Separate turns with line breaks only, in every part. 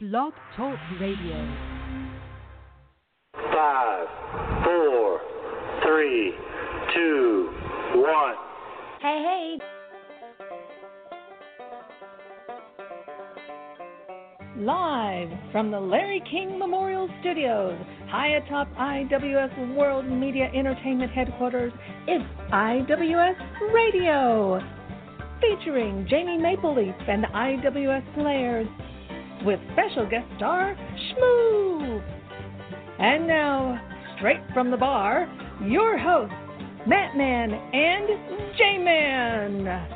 Blog Talk Radio.
Five, four, three, two, one.
Hey,
Live from the Larry King Memorial Studios, high atop IWS World Media Entertainment Headquarters, is IWS Radio, featuring Jamie Maple Leaf and the IWS Players, with special guest star Shmoo. And now, straight from the bar, your hosts, Matt Man and J Man.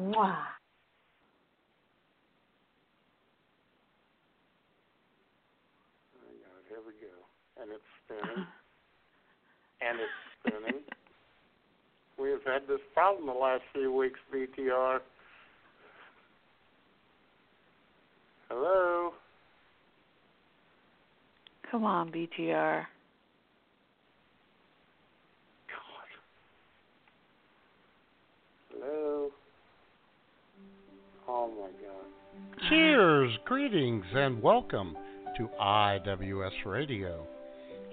Mwah.
Oh, my God, here we go. And it's spinning. and it's spinning. We have had this problem the last few weeks, BTR. Hello?
Come on, BTR.
God. Hello? Oh, my God.
Cheers, greetings, and welcome to IWS Radio,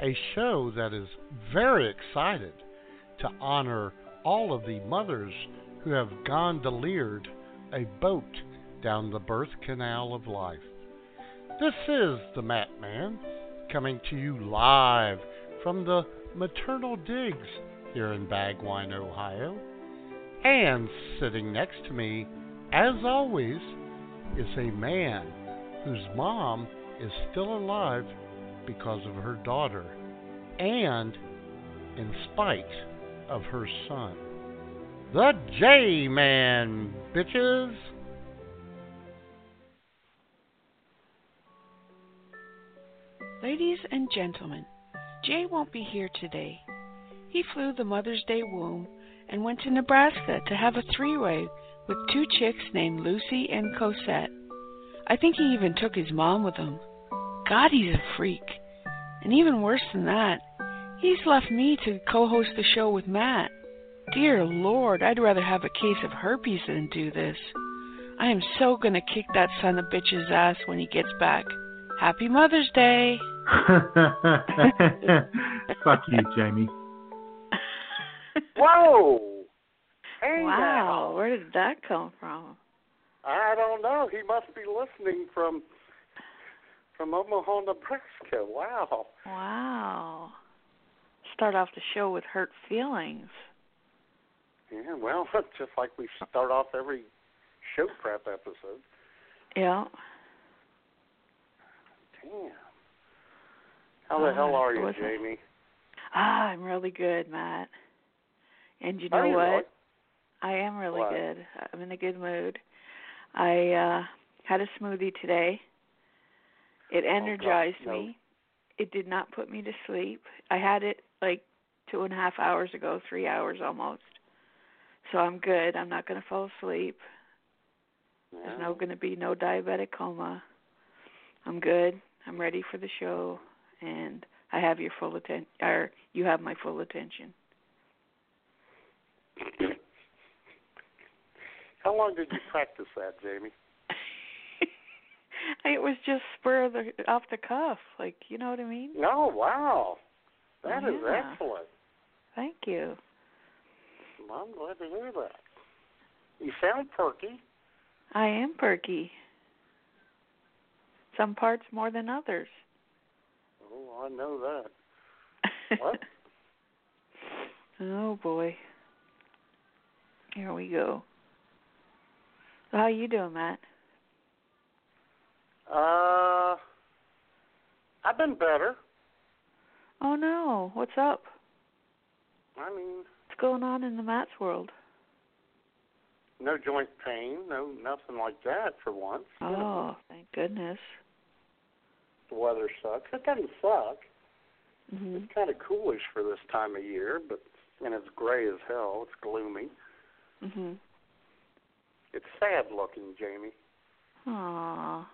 a show that is very excited to honor all of the mothers who have gondoliered a boat down the birth canal of life. This is the Mat Man coming to you live from the maternal digs here in Bagwine, Ohio. And sitting next to me, as always, is a man whose mom is still alive because of her daughter and in spite of her son. The J Man, bitches!
Ladies and gentlemen, Jay won't be here today. He flew the Mother's Day womb and went to Nebraska to have a three way with two chicks named Lucy and Cosette. I think he even took his mom with him. God, he's a freak. And even worse than that, he's left me to co host the show with Matt. Dear Lord, I'd rather have a case of herpes than do this. I am so gonna kick that son of a bitch's ass when he gets back. Happy Mother's Day!
Fuck you, Jamie.
Whoa! Hey
Wow,
now.
where did that come from?
I don't know. He must be listening from from Omaha, Nebraska. Wow.
Wow. Start off the show with hurt feelings.
Yeah, well, just like we start off every show prep episode.
Yeah.
Damn. How the
Oh,
hell are you,
what's it?
Jamie?
Ah, I'm really good, Matt. And you know
Are you
what?
really?
I am really
What?
good. I'm in a good mood. I uh had a smoothie today. It energized
Oh, no.
me. It did not put me to sleep. I had it like two and a half hours ago, three hours almost. So I'm good. I'm not gonna fall asleep. There's
Yeah.
no going to be no diabetic coma. I'm good. I'm ready for the show, and I have your full attention. Or you have my full attention.
How long did you practice that, Jamie?
it was just spur of the off the cuff, like you know what I mean.
No, wow. That is
Yeah.
excellent.
Thank you.
I'm glad to hear that. You sound perky.
I am perky. Some parts more than others.
Oh, I know that. What?
oh boy. Here we go. So how you doing, Matt?
Uh, I've been better.
Oh no, what's up?
I mean,
What's going on in the Matt's world?
no joint pain, no nothing like that for once. You know,
Oh, thank goodness.
the weather sucks. It doesn't suck.
hmm
It's kind of coolish for this time of year, but and it's gray as hell. It's gloomy.
Mhm.
It's sad looking, Jamie.
Aw.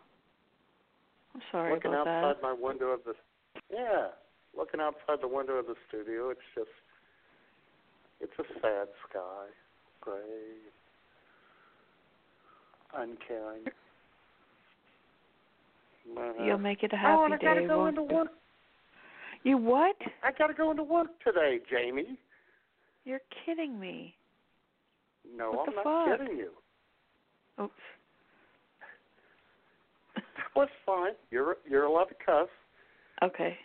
I'm sorry
looking
about
outside
that.
my window of the yeah, looking outside the window of the studio. It's just it's a sad sky, gray. uncaring. But, uh,
You'll make it a happy
oh, and I
day.
gotta go
won't
into
you?
work.
You what?
I gotta go into work today, Jamie.
You're kidding me.
No,
What
I'm
the
not
fuck?
kidding you.
Oops.
Well, it's fine. You're you're allowed to cuss.
Okay.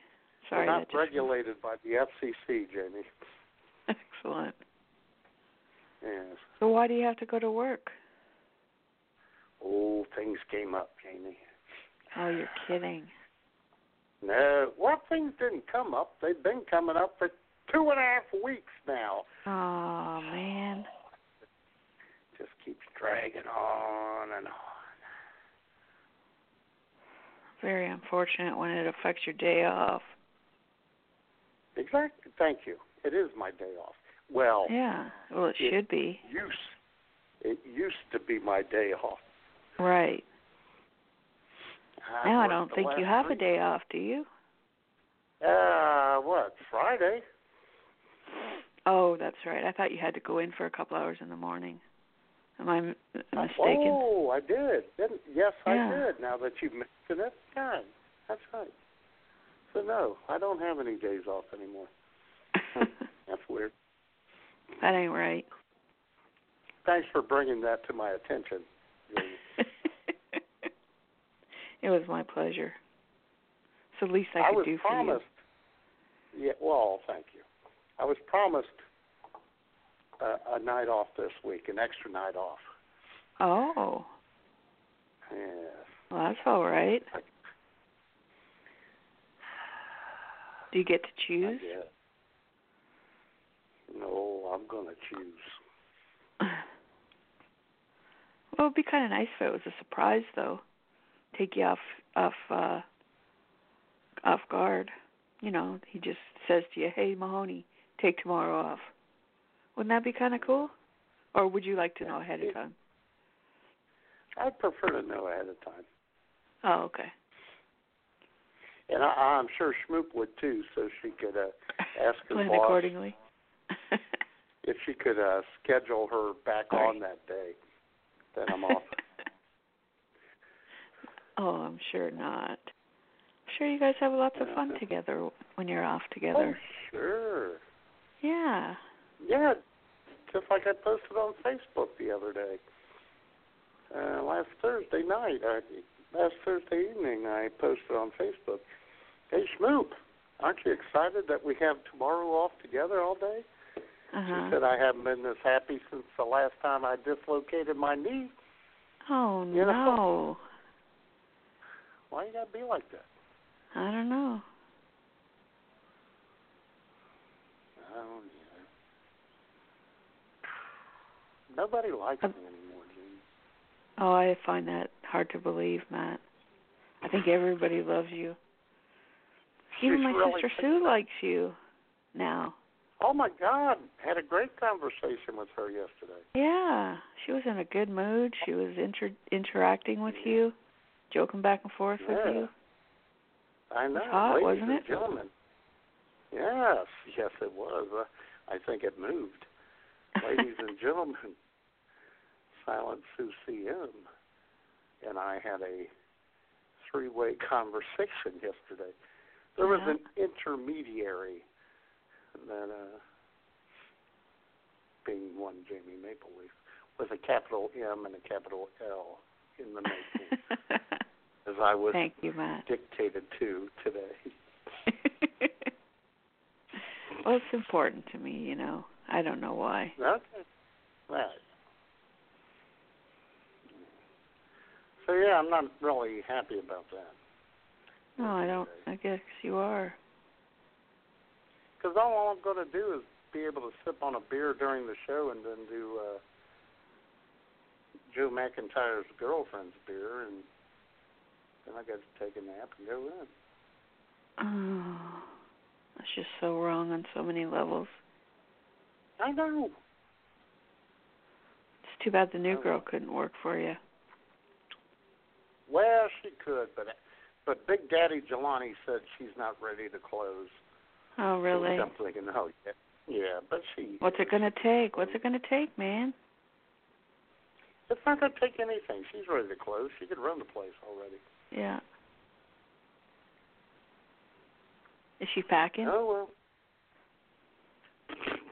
We're
Sorry.
not
that just-
regulated by the FCC, Jamie.
Excellent.
Yes.
So why do you have to go to work?
Oh, things came up, Jamie.
Oh, you're kidding.
No, well, things didn't come up. They've been coming up for two and a half weeks now.
Oh man.
Just keeps dragging on and on.
Very unfortunate when it affects your day off.
Exactly. Thank you. It is my day off. Well,
Yeah. Well, it
It-
should be.
used it used to be my day off.
Right.
I've
Now I
worked
don't
the
think
last
you have a
three-
day off, do you?
Uh, what Friday?
Oh, that's right. I thought you had to go in for a couple hours in the morning. Am I m- mistaken?
Oh, I did. Didn't, yes,
Yeah.
I did. Now that you mention it, God, that's right. So no, I don't have any days off anymore. That's weird.
that ain't right.
Thanks for bringing that to my attention. Jamie.
it was my pleasure. It's the least I,
I
could
was
do
promised. Yeah, well, thank you. I was promised a, a night off this week, an extra night off.
for you. Oh,
Yes.
well, that's all right. Do you get to choose?
I guess. No, I'm gonna choose.
well, it'd be kind of nice if it was a surprise, though. Take you off off uh, off guard. You know, he just says to you, "Hey, Mahoney, take tomorrow off." Wouldn't that be kind of cool? Or would you like to know ahead of time?
I prefer to know ahead of time,
Oh, okay.
and I, I'm sure Schmoop would too, so she could uh, ask her
Plan
boss
accordingly.
if she could uh, schedule her back
All
on that day. Then I'm off.
oh, I'm sure not. I'm sure you guys have lots of fun together when you're off
oh,
together.
sure.
Yeah.
Yeah, just like I posted on Facebook the other day. Uh, last Thursday night, I, last Thursday evening, I posted on Facebook, "Hey Schmoop, aren't you excited that we have tomorrow off together all day?"
Uh-huh.
She said, "I haven't been this happy since the last time I dislocated my knee.
Oh
You
no.
know? Why you gotta be like that?"
I don't know.
I don't either. Nobody likes me anymore, Jimmy.
Oh, I find that hard to believe, Matt. I think everybody loves you. Even
She's
my
really
sister
picked
Sue
up.
likes you now.
Oh my God! Had a great conversation with her yesterday.
Yeah, she was in a good mood. She was inter- interacting with you, joking back and forth
Yeah.
with you.
I know.
hot,
ladies
wasn't
and
it?
Gentlemen. Yes, yes, it was. Uh, I think it moved. Ladies and gentlemen, Silent Sue CM and I had a three way conversation yesterday. There was
Yeah.
an intermediary that, uh, being one Jamie Mapleleaf, with a capital M and a capital L in the making, as I was
Thank you, Matt.
dictated to today.
well, it's important to me, you know. I don't know why.
Okay. Right. So yeah, I'm not really happy about that
No, I don't. I guess you are.
because all I'm going to do is be able to sip on a beer during the show and then do uh, Joe McIntyre's girlfriend's beer, and then I got to take a nap and go in.
Oh, that's just so wrong on so many levels.
I know.
It's too bad the new
Oh,
girl
well.
couldn't work for you.
Well, she could, but but Big Daddy Jelani said she's not ready to close.
Oh, really?
So I'm thinking, oh yeah, yeah, but she.
What's it
is.
gonna take? What's it gonna take, man?
It's not going to take anything. She's ready to close. She could run the place already.
Yeah. Is she packing?
Oh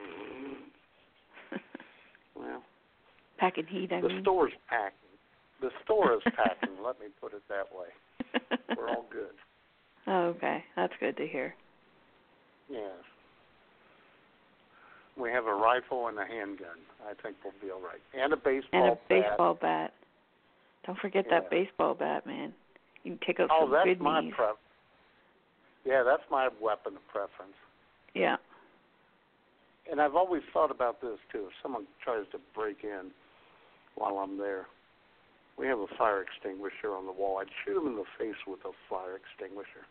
well. well,
Packing heat, I
the
mean.
store's packing. The store is packing. let me put it that way. We're all good.
oh, okay. That's good to hear.
Yes. We have a rifle and a handgun. I think we'll be all right. And a baseball
And a
bat.
baseball bat. Don't forget
Yeah.
that baseball bat, man. You can pick up
Oh,
some
that's
good
my
knees.
pref. Yeah, that's my weapon of preference.
yeah.
And I've always thought about this too. If someone tries to break in while I'm there, we have a fire extinguisher on the wall. I'd shoot them in the face with a fire extinguisher.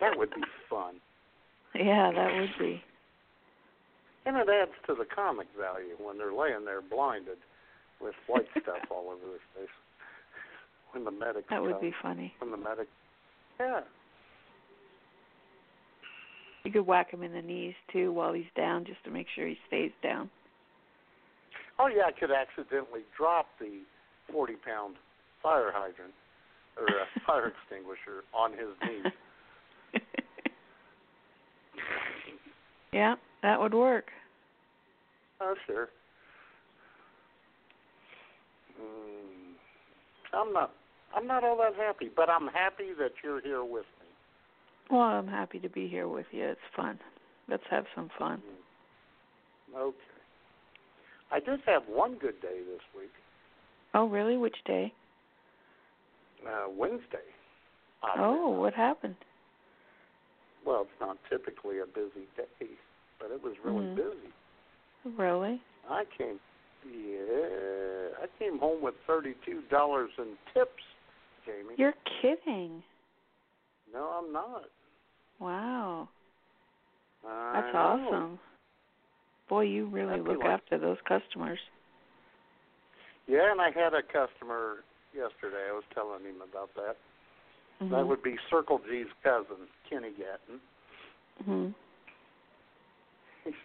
That would be fun,
yeah, that would be.
and it adds to the comic value when they're laying there blinded with white stuff all over their face. When the medics
That would
come.
be funny.
from the medic. Yeah.
You could whack him in the knees too while he's down, just to make sure he stays down.
Oh yeah, I could accidentally drop the forty pound fire hydrant or a fire extinguisher on his knee.
yeah, that would work.
Oh sure. Mm, I'm not. I'm not all that happy, but I'm happy that you're here with me.
Well, I'm happy to be here with you. It's fun. Let's have some fun.
Hmm, Okay. I did have one good day this week,
Oh, really? Which day?
uh, Wednesday. oddly
Oh,
enough.
what happened?
Well, it's not typically a busy day, but it was really
Mhm.
busy.
Really?
I came, yeah, I came home with thirty-two dollars in tips, Jamie.
You're kidding.
No, I'm not.
Wow.
I
That's
know.
awesome. Boy, you really
That'd be
look
like-
after those customers.
Yeah, and I had a customer yesterday. I was telling him about that. That
Mhm.
would be Circle G's cousin, Kenny Gatton.
Mhm.
He said,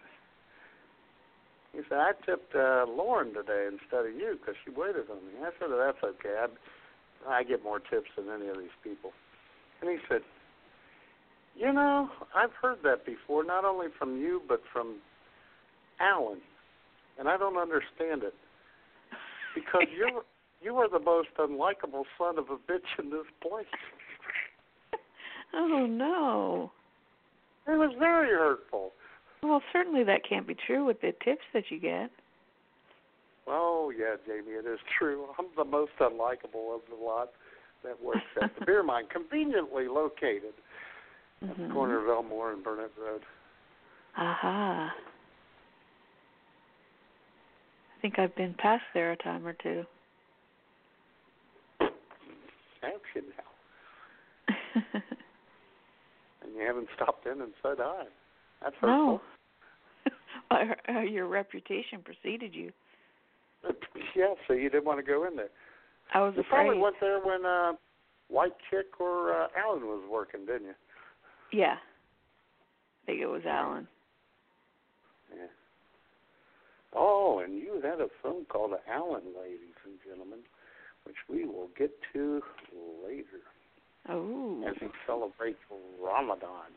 he said I tipped uh, Lauren today instead of you because she waited on me. I said, oh, that's okay. I, I get more tips than any of these people. And he said, you know, I've heard that before, not only from you but from Alan, and I don't understand it because you're you are the most unlikable son of a bitch in this place.
Oh no.
It was very hurtful.
Well, certainly that can't be true with the tips that you get.
Oh yeah, Jamie, it is true. I'm the most unlikable of the lot that works at the beer mine, conveniently located at the
Mhm.
corner of Elmore and Burnett Road.
Aha. I think I've been past there a time or two.
Thank you now. And you haven't stopped in and said hi. That's
no.
hurtful.
Uh, uh, Your reputation preceded you.
yeah, so you didn't want to go in there.
I was
You
afraid.
probably went there when uh White Chick or uh Alan was working, didn't you?
Yeah. I think it was Alan.
Yeah. Oh, and you had a phone call to Alan, ladies and gentlemen, which we will get to later.
Oh,
as he celebrates Ramadan.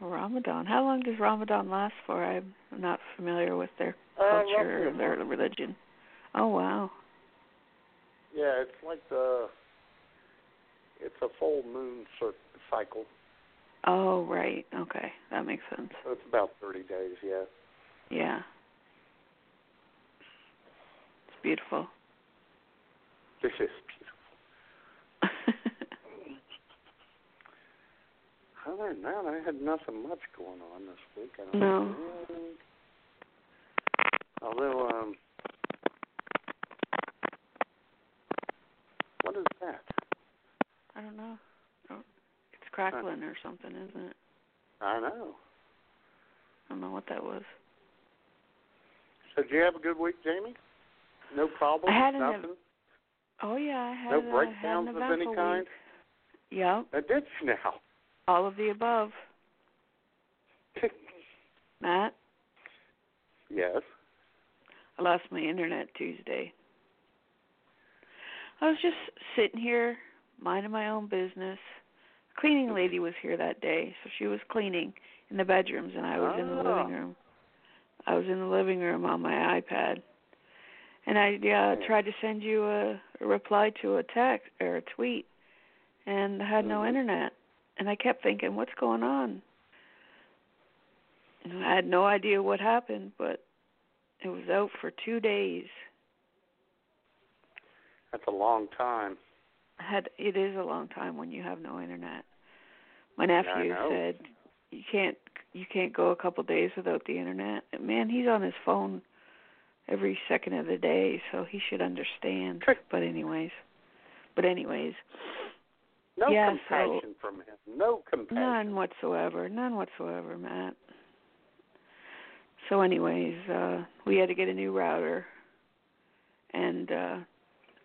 Ramadan. How long does Ramadan last for? I'm not familiar with their
Uh,
culture or
roughly a
their
month.
religion. Oh, wow.
Yeah, it's like the it's a full moon cir- cycle,
Oh, right. Okay. That makes sense.
so it's about thirty days. Yeah,
Yeah. It's beautiful.
this is beautiful. Other than that, I had nothing much going on this week. I don't
No.
think. Although, um, what is that?
I don't know. Oh, It's crackling or something, isn't it?
I know.
I don't know what that was.
So, did you have a good week, Jamie? No problem.
I had an
nothing.
Oh yeah, I had,
no
a- had an
breakdowns of any
eventful week.
kind.
Yep,
I did you now.
all of the above. Matt,
yes.
I lost my internet Tuesday. I was just sitting here minding my own business. Cleaning lady was here that day, so she was cleaning in the bedrooms, and I was in the
Ah.
living room. I was in the living room on my iPad, and I yeah
Yeah.
tried to send you a, a reply to a text or a tweet, and I had no
Mhm.
internet, and I kept thinking, what's going on? And I had no idea what happened, but it was out for two days.
That's a long time.
had it is a long time when you have no internet. My
I
nephew
know.
said you can't you can't go a couple days without the internet. And Man, he's on his phone every second of the day, so he should understand.
Good.
But anyways, but anyways,
No
Yeah, so-
compassion from him. No compassion.
none whatsoever, none whatsoever, Matt. So anyways, uh we had to get a new router and uh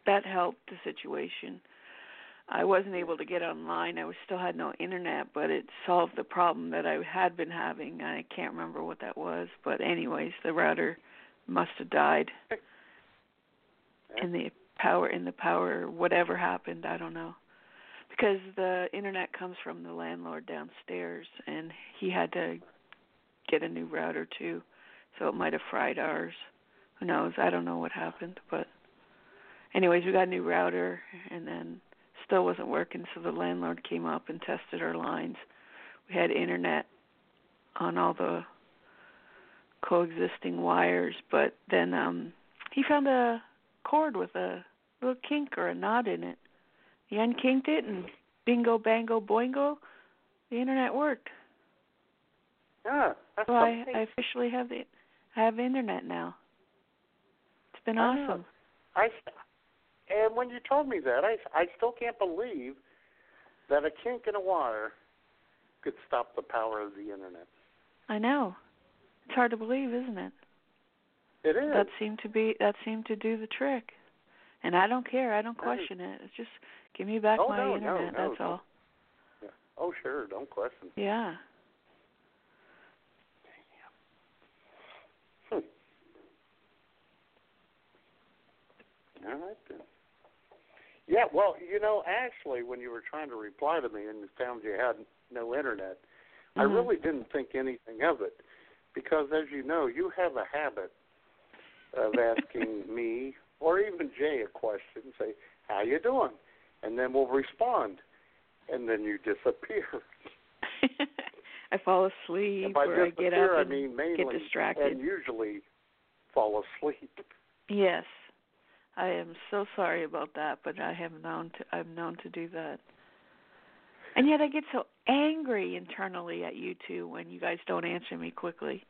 that helped the situation. I wasn't able to get online. I was still had no internet, but it solved the problem that I had been having. I can't remember what that was, but anyways, the router must have died. And the power in the power whatever happened, I don't know. Because the internet comes from the landlord downstairs and he had to get a new router too. So it might have fried ours. Who knows? I don't know what happened, but anyways, we got a new router and then still wasn't working, so the landlord came up and tested our lines. We had internet on all the coexisting wires, but then um he found a cord with a little kink or a knot in it. He unkinked it and bingo bango boingo, the internet worked.
Yeah, that's
So I,
something.
I officially have the I have internet now. It's been
I know.
awesome.
I and when you told me that, I I still can't believe that a kink in a wire could stop the power of the internet.
I know. It's hard to believe, isn't it?
It is.
That seemed to be that seemed to do the trick. And I don't care. I don't
Right.
question it. It's just give me back
Oh,
my
no, no,
internet.
no,
that's
no.
all.
oh sure, don't question.
Yeah.
All right then. Yeah, well, you know, actually, when you were trying to reply to me and you found you had no internet, I
Mhm.
really didn't think anything of it because, as you know, you have a habit of asking me or even Jay a question, say, "How you doing?" and then we'll respond, and then you disappear.
I fall asleep
and by
or I get
disappear,
up
I
and
mean mainly
get distracted.
and usually fall asleep.
Yes. I am so sorry about that, but I have known to I'm known to do that. And yet I get so angry internally at you two when you guys don't answer me quickly.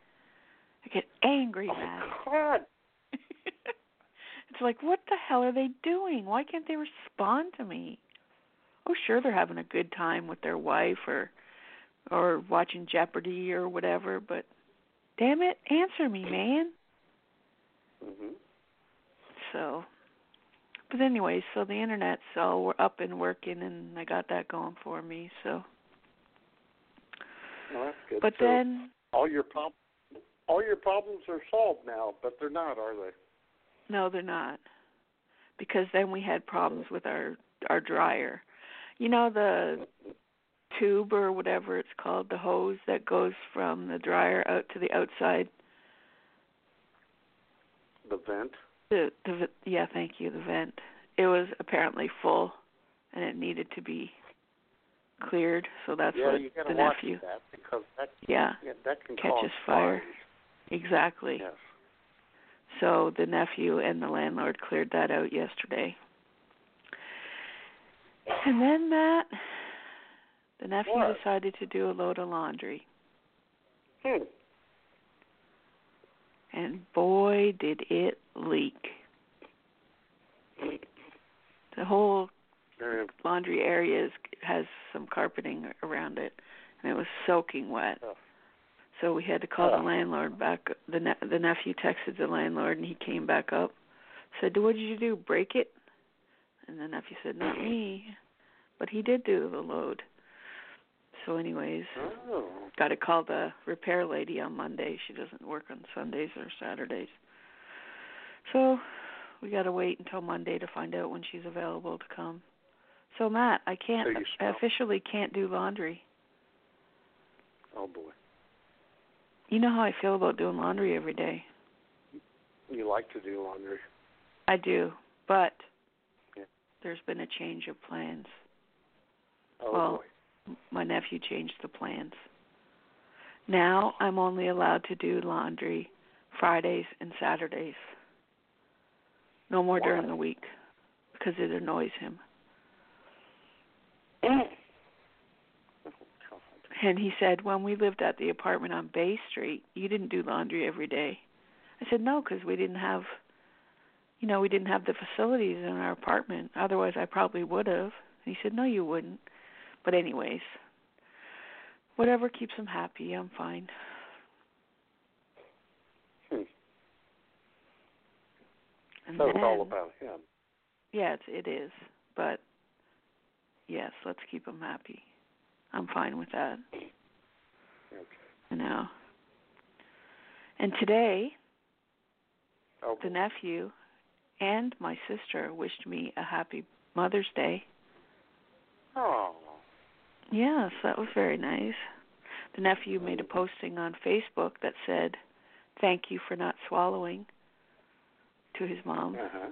I get angry, Matt.
Oh, God.
it's like what the hell are they doing? Why can't they respond to me? Oh sure they're having a good time with their wife or or watching Jeopardy or whatever, but damn it, answer me, man.
hmm
So, but anyway, so the internet's all wor- up and working, and I got that going for me. So,
Well, that's good.
but
So
then
all your prob- all your problems are solved now, but they're not, are they?
no, they're not, because then we had problems with our our dryer. You know the tube or whatever it's called, the hose that goes from the dryer out to the outside.
The vent.
The the v- yeah, thank you. The vent. It was apparently full, and it needed to be cleared. So that's
yeah,
what
you gotta
the
watch
nephew.
that because that
Yeah.
yeah, that can
Catches
cause
fire.
fires.
Exactly.
Yes.
So the nephew and the landlord cleared that out yesterday. And then Matt, the nephew
What?
decided to do a load of laundry,
Hmm.
and boy did it leak. The whole
Very-
laundry area is, has some carpeting around it, and it was soaking wet.
Oh.
So we had to call
Oh.
the landlord back. The ne- the nephew texted the landlord, and he came back up. Said, "What did you do? Break it?" And the nephew said, "Not me," but he did do the load. So, anyways,
Oh.
got to call the repair lady on Monday. She doesn't work on Sundays or Saturdays. So we got to wait until Monday to find out when she's available to come. So Matt, I can't
So you
I
smell.
officially can't do laundry.
Oh boy,
You know how I feel about doing laundry every day.
you like to do laundry.
I do, but
Yeah.
there's been a change of plans.
Oh
Well,
boy.
My nephew changed the plans. Now I'm only allowed to do laundry Fridays and Saturdays. No more during the week because it annoys him.
Oh, God.
And he said, when we lived at the apartment on Bay Street, you didn't do laundry every day. I said, no, because we didn't have, you know, we didn't have the facilities in our apartment. Otherwise, I probably would have. He said, no, you wouldn't. But, anyways, whatever keeps him happy, I'm fine.
Hmm.
And
So it's all
then-
about him.
yeah, it's, it is. But yes, let's keep him happy. I'm fine with that.
Okay.
You know. And today,
Oh,
the nephew and my sister wished me a happy Mother's Day.
oh.
Yes, that was very nice. The nephew made a posting on Facebook that said, "Thank you for not swallowing." To his mom.
Uh-huh.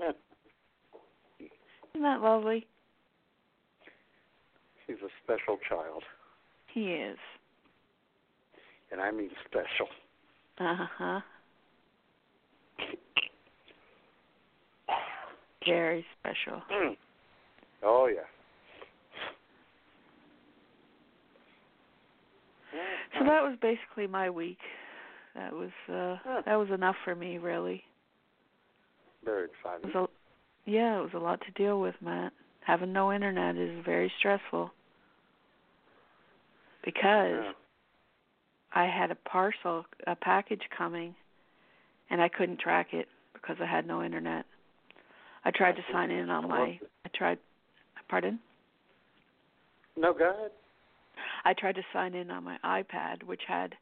Yeah.
Isn't that lovely?
He's a special child,
He is.
and I mean special.
Uh huh. Very special.
Mm. Oh yeah.
So that was basically my week. That was uh
Huh.
that was enough for me really.
Very
It
exciting.
was a yeah, it was a lot to deal with, Matt. Having no internet is very stressful. Because
Yeah.
I had a parcel, a package coming, and I couldn't track it because I had no internet. I tried to sign in on my. I tried. Pardon.
No, go ahead.
I tried to sign in on my iPad, which had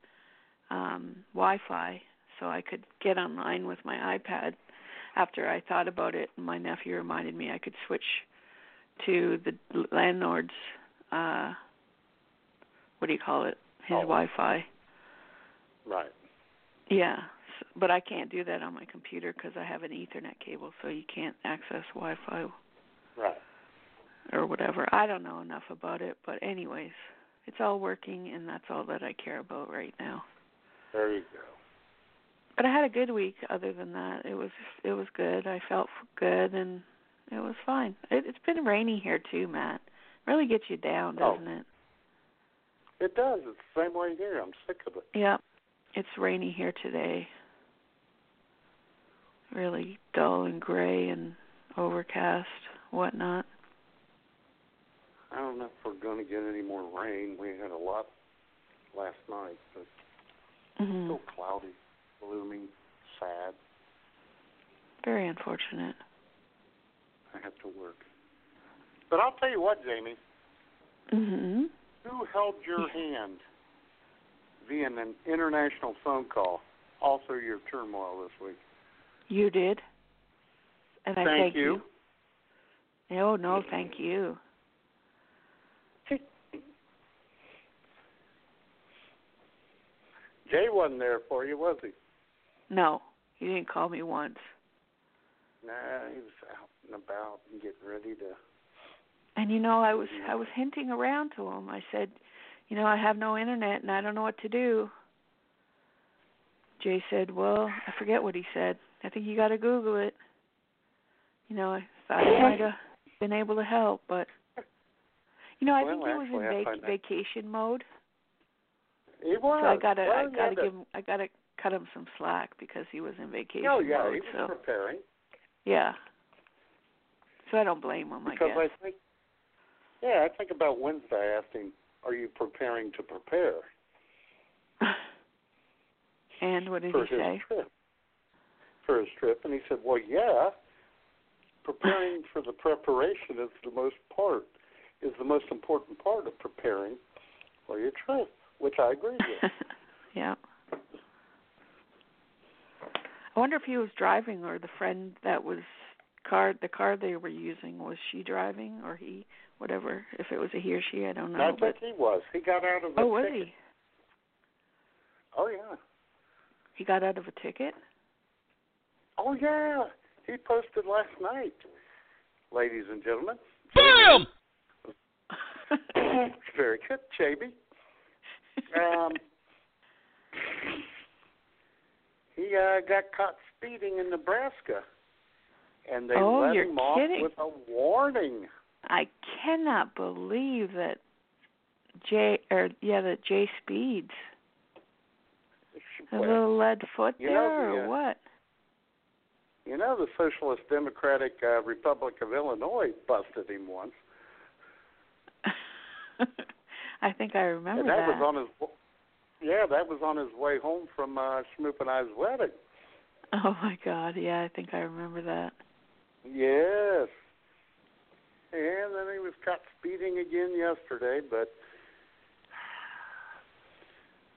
um, Wi-Fi, so I could get online with my iPad. After I thought about it, my nephew reminded me I could switch to the landlord's. Uh, what do you call it? His
Oh.
Wi-Fi.
Right.
Yeah, s- but I can't do that on my computer because I have an Ethernet cable, so you can't access Wi-Fi
Right.
or whatever. I don't know enough about it, but anyways, it's all working, and that's all that I care about right now.
There you go.
But I had a good week. Other than that, it was it was good. I felt f- good, and it was fine. It, it's been rainy here too, Matt. Really gets you down,
Oh.
doesn't it?
It does. It's the same way here. I'm sick of it.
Yep. It's rainy here today. Really dull and gray and overcast, whatnot.
I don't know if we're going to get any more rain. We had a lot last night, but it's
hmm
still cloudy, gloomy, sad.
Very unfortunate.
I have to work. But I'll tell you what, Jamie.
hmm
Mm-hmm. Who held your hand via an international phone call all through your turmoil this week?
You did. And I
Thank
thank
you.
you. No, no, thank you.
Jay wasn't there for you, was he?
No, you didn't call me once.
Nah, he was out and about and getting ready to.
And you know, I was I was hinting around to him. I said, you know, I have no internet and I don't know what to do. Jay said, well, I forget what he said. I think you got to Google it. You know, I thought I might have been able to help, but you know, I
Well,
think he was
actually, I
in
find
vac-
that-
vacation mode,
He was.
so I gotta I
Well, yeah,
gotta
that-
give him I gotta cut him some slack because he was in vacation
No, Oh, yeah,
mode.
he was
so
preparing
yeah, so I don't blame him. I
because
guess.
I think. Yeah, I think about Wednesday. I asked him, "Are you preparing to prepare
and what did
for
he
his
say?
trip?" For his trip, and he said, "Well, yeah, preparing for the preparation is the most part is the most important part of preparing for your trip," which I agree with.
yeah. I wonder if he was driving or the friend that was car the car they were using was she driving or he whatever if it was a he or she I don't know
I think
but
he was. He got out of the
oh was
ticket.
he
Oh yeah.
he got out of a ticket
Oh yeah. He posted last night, ladies and gentlemen.
Bam!
Very good, Jamie. Um, he uh, got caught speeding in Nebraska, and they
Oh,
let
you're
him off
kidding.
with a warning.
I cannot believe that J or yeah that J Speeds a
Well,
little lead foot
you
there
know the,
or
uh,
what
You know, the Socialist Democratic uh, Republic of Illinois busted him once,
I think I remember
and that, was on his. w- Yeah, that was on his way home from uh, Schmoop and I's wedding.
oh my god yeah I think I remember that
Yes. And then he was caught speeding again yesterday, but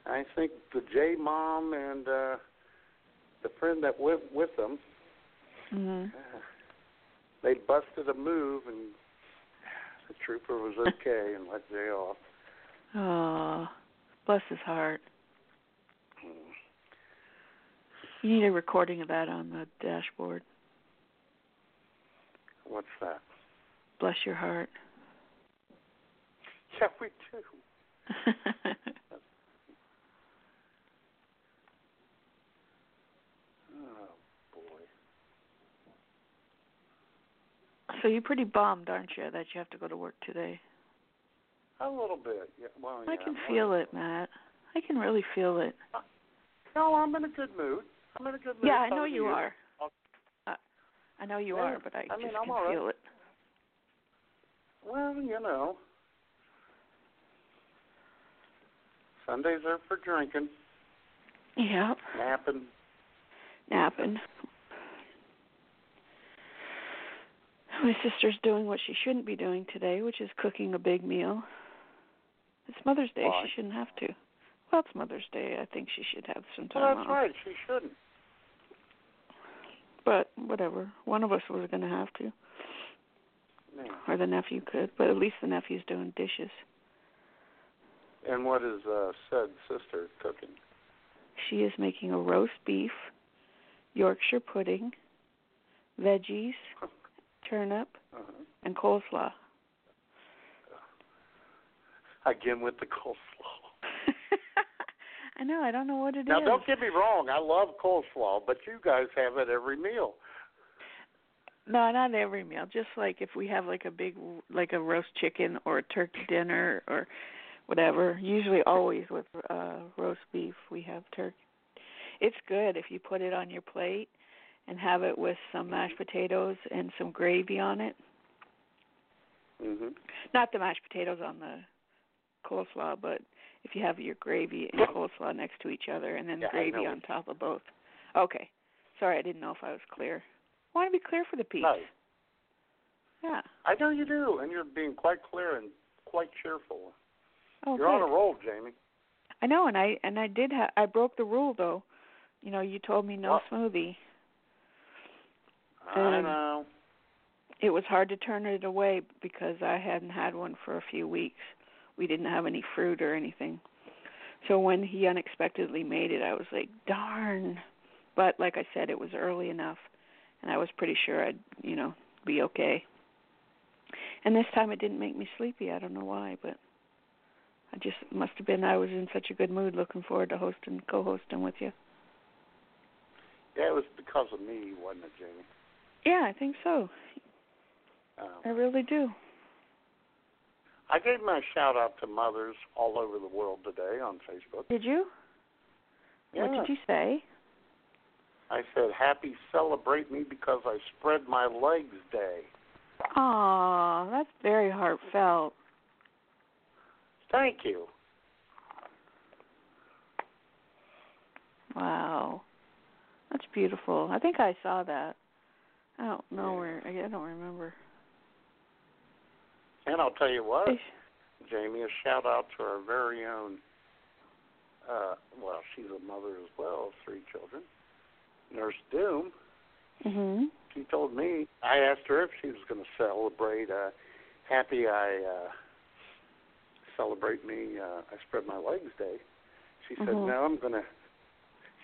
I think the J mom and uh the friend that went with them,
hmm
they busted a move and the trooper was okay and let Jay off.
oh bless his heart you need a recording of that on the dashboard
What's that?
bless your heart
Yeah, we do. Oh boy.
so you're pretty bummed aren't you that you have to go to work today
A little bit. Yeah, well,
I
Oh, yeah,
can
I'm a
feel
little-
it, Matt. I can really feel it.
No, I'm in a good mood. I'm in a good mood.
Yeah, I
So
know you are.
I'll-
Uh, I know you
Yeah,
are, but I,
I mean,
just
I'm
can
all right.
feel it.
Well, you know, Sundays are for drinking,
Yeah,
napping.
napping. My sister's doing what she shouldn't be doing today, which is cooking a big meal. It's Mother's Day.
Why?
She shouldn't have to. Well, it's Mother's Day. I think she should have some
Well,
time
that's
off.
right. She shouldn't.
But whatever. One of us was going to have to,
Yeah.
or the nephew could. But at least the nephew's doing dishes.
And what is uh, said sister cooking?
She is making a roast beef, Yorkshire pudding, veggies, turnip,
Uh-huh.
and coleslaw.
Again with the coleslaw.
I know, I don't know what it is.
now, don't get me wrong. I love coleslaw, but you guys have it every meal.
No, not every meal. Just like if we have like a big like a roast chicken or a turkey dinner or whatever. Usually always with uh roast beef we have turkey. It's good if you put it on your plate and have it with some mashed potatoes and some gravy on it.
Mm-hmm.
not the mashed potatoes on the coleslaw, but if you have your gravy and coleslaw next to each other, and then
Yeah, I
gravy
know.
on top of both. Okay, sorry, I didn't know if I was clear. I want to be clear for the peeps.
Nice.
Yeah.
I know you do, and you're being quite clear and quite cheerful.
Oh,
you're on a
good.
roll, Jamie.
I know, and I and I did. Ha- I broke the rule though. You know, you told me no
What?
smoothie.
I
Um,
know.
It was hard to turn it away because I hadn't had one for a few weeks. We didn't have any fruit or anything. So when he unexpectedly made it, I was like, darn. But like I said, it was early enough, and I was pretty sure I'd, you know, be okay. And this time it didn't make me sleepy. I don't know why, but I just it must have been I was in such a good mood looking forward to hosting, co hosting with you.
Yeah, it was because of me, wasn't it, Jamie?
Yeah, I think so.
Um,
I really do.
I gave my shout out to mothers all over the world today on Facebook.
Did you? What
Yeah.
did you say?
I said, Happy Celebrate Me Because I Spread My Legs Day.
Aw, that's very heartfelt.
Thank you.
Wow, that's beautiful. I think I saw that. I don't know
Yeah.
where. I I don't remember.
And I'll tell you what,
Ish.
Jamie, a shout out to our very own, uh, well, she's a mother as well, of three children, Nurse Doom,
Mhm.
she told me I asked her if she was going to celebrate. Uh, happy I uh, celebrate me. Uh, I spread my legs day. She said,
Mhm.
"No, I'm going to."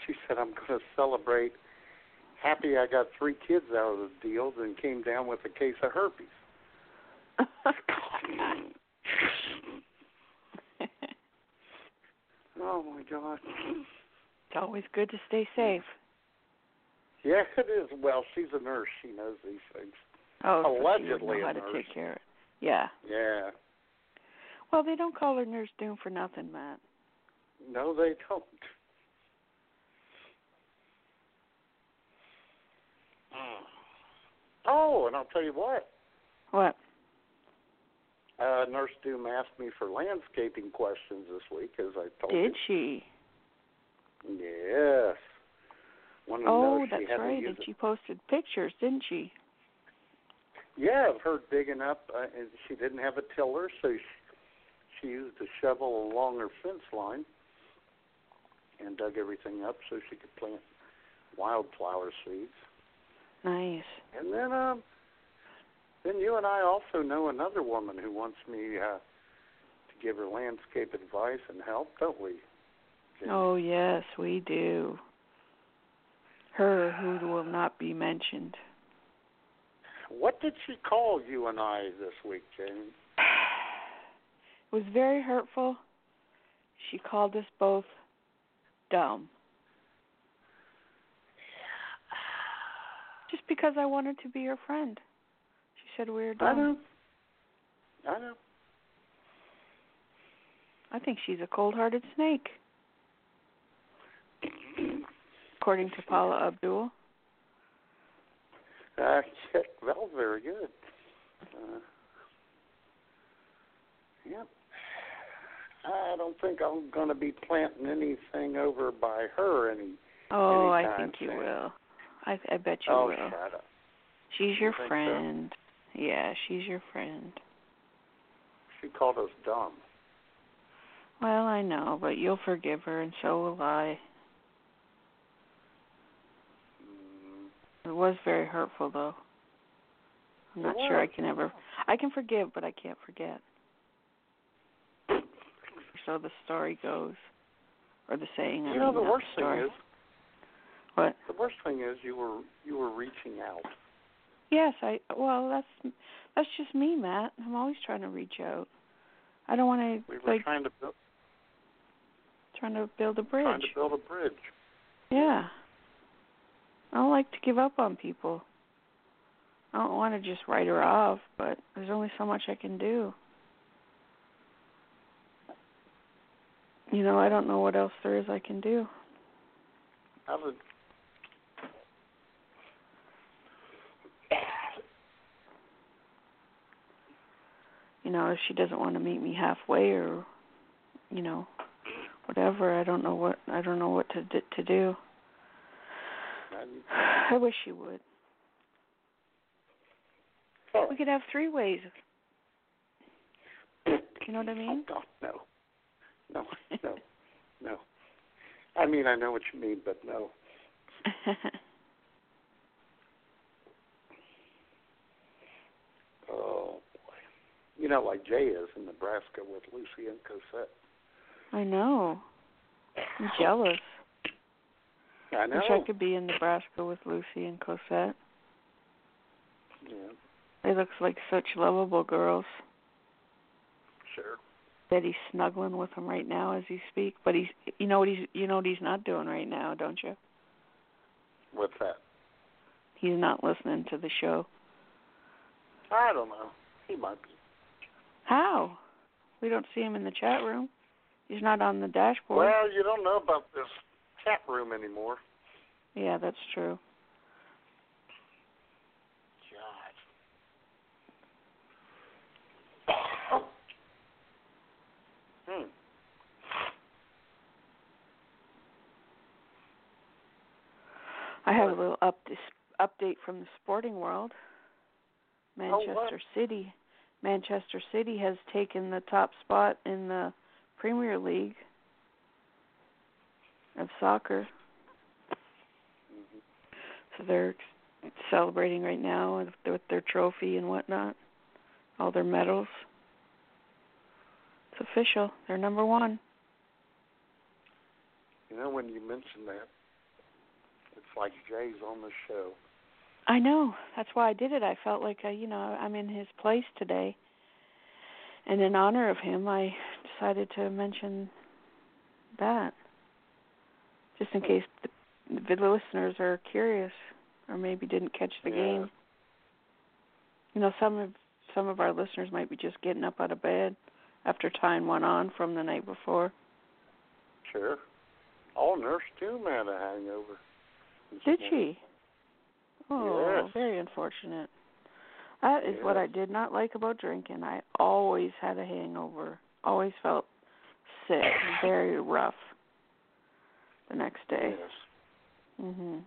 She said, "I'm going to celebrate." Happy I got three kids out of the deals and came down with a case of herpes.
it's
Oh my God.
always good to stay safe.
Yeah, it is. Well, she's a nurse. She knows these things.
Oh, so she would
Allegedly
know
a
how to
nurse.
take care of it. Yeah.
Yeah.
Well, they don't call her Nurse Doom for nothing, Matt.
No, they don't. Oh, and I'll tell you what.
What?
Uh, Nurse Doom asked me for landscaping questions this week, as I told
Did she?
you. Yes. Wanted to know
Oh,
if
that's
she had to
right.
use
And
it.
she posted pictures, didn't she?
Yeah, of her digging up, uh, and she didn't have a tiller, so she, she used a shovel along her fence line and dug everything up so she could plant wildflower seeds.
Nice.
And then, um, then you and I also know another woman who wants me uh, to give her landscape advice and help, don't we? Jane?
Oh, yes, we do. Her who will not be mentioned.
What did she call you and I this week, Jamie?
It was very hurtful. She called us both dumb. Just because I wanted to be her friend. She said we were dumb.
I know. Um, I know.
I think she's a cold hearted snake. According to Paula Abdul.
Uh, yeah, well, very good. Uh, yep. I don't think I'm going to be planting anything over by her any.
Oh, I
Anytime
think you
soon.
will. I I bet you
oh,
will.
shut up.
She's your
You think so?
friend. Yeah, she's your friend.
She called us dumb.
Well, I know, but you'll forgive her and so will I.
Mm,
It was very hurtful though. I'm
It
not sure I
was.
can ever I can forgive but I can't forget. So the story goes. Or the saying I
You know
mean,
the
not
worst
the story.
thing is
what?
the worst thing is you were you were reaching out.
Yes, I well that's that's just me, Matt. I'm always trying to reach out. I don't want
We
to
were
like
trying to build
trying to build a bridge.
trying to build a bridge.
Yeah. I don't like to give up on people. I don't want to just write her off, but there's only so much I can do. You know, I don't know what else there is I can do.
I was
You know, if she doesn't want to meet me halfway or you know, whatever, I don't know what I don't know what to d- to do. I wish she would.
oh,
We could have three ways. You know what I mean?
God, Oh, no. No, no, no. I mean I know what you mean, but no. Oh boy. You know, like Jay is in Nebraska with Lucy and Cosette.
I know. I'm jealous.
I know.
Wish I could be in Nebraska with Lucy and Cosette.
Yeah,
They look like such lovable girls.
sure.
Betty's snuggling with him right now as he speaks, but he's you know what he's you know what he's not doing right now, don't you?
What's that?
He's not listening to the show.
I don't know. He might be.
How? We don't see him in the chat room. He's not on the dashboard.
Well, you don't know about this chat room anymore.
yeah, that's true.
God. hmm.
I have a little up update from the sporting world.
what?
Manchester City. Manchester City has taken the top spot in the Premier League of soccer. So they're celebrating right now with, with their trophy and whatnot, all their medals. It's official. They're number one.
You know, when you mention that, it's like Jay's on the show.
I know. That's why I did it. I felt like I, you know, I'm in his place today. And in honor of him, I decided to mention that, just in case the, the listeners are curious or maybe didn't catch the
Yeah.
game. You know, some of some of our listeners might be just getting up out of bed after time went on from the night before.
Sure. All Nurse Doom had a hangover. this
Did
morning.
she? Oh,
Yes.
very unfortunate. That is what I
Yes.
did not like about drinking. I always had a hangover. Always felt sick, very rough the next day.
Yes.
Mhm.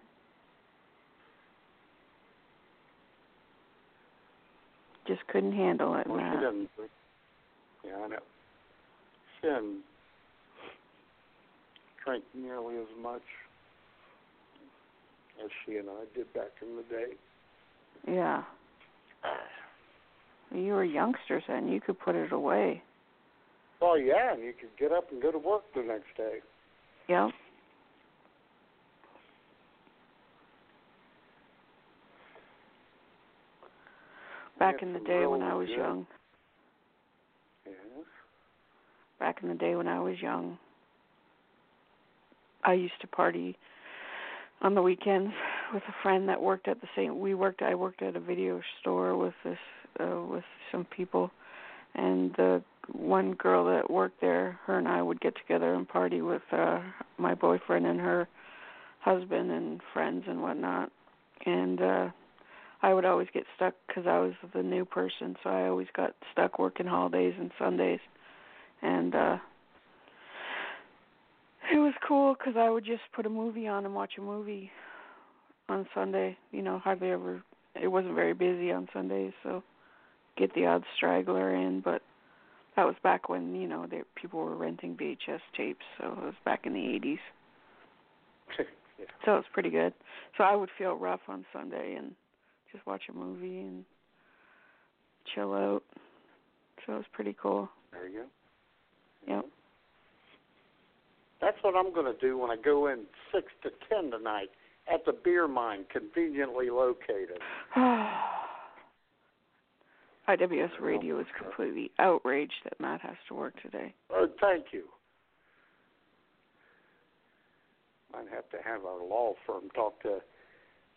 Just couldn't handle it.
Well, she
Matt.
doesn't drink. Yeah, I know. She doesn't drink nearly as much as she and I did back in the day.
Yeah. You were youngsters and you could put it away.
Well, Oh, yeah, and you could get up and go to work the next day.
Yep. Back
Yes,
in the
I'm
day when
really
I was
good.
young.
Yes.
Back in the day when I was young. I used to party on the weekends with a friend that worked at the same we worked I worked at a video store with this uh with some people and the one girl that worked there her and I would get together and party with uh my boyfriend and her husband and friends and whatnot and uh I would always get stuck cuz I was the new person so I always got stuck working holidays and Sundays and uh it was cool because I would just put a movie on and watch a movie on Sunday. You know, hardly ever. It wasn't very busy on Sundays, so get the odd straggler in. But that was back when you know there people were renting VHS tapes, so it was back in the '80s.
yeah.
So it was pretty good. So I would feel rough on Sunday and just watch a movie and chill out. So it was pretty cool.
There you go.
Yep.
That's what I'm going to do when I go in 6 to 10 tonight at the beer mine, conveniently located.
IWS Radio is completely outraged that Matt has to work today.
Oh, thank you. Might have to have our law firm talk to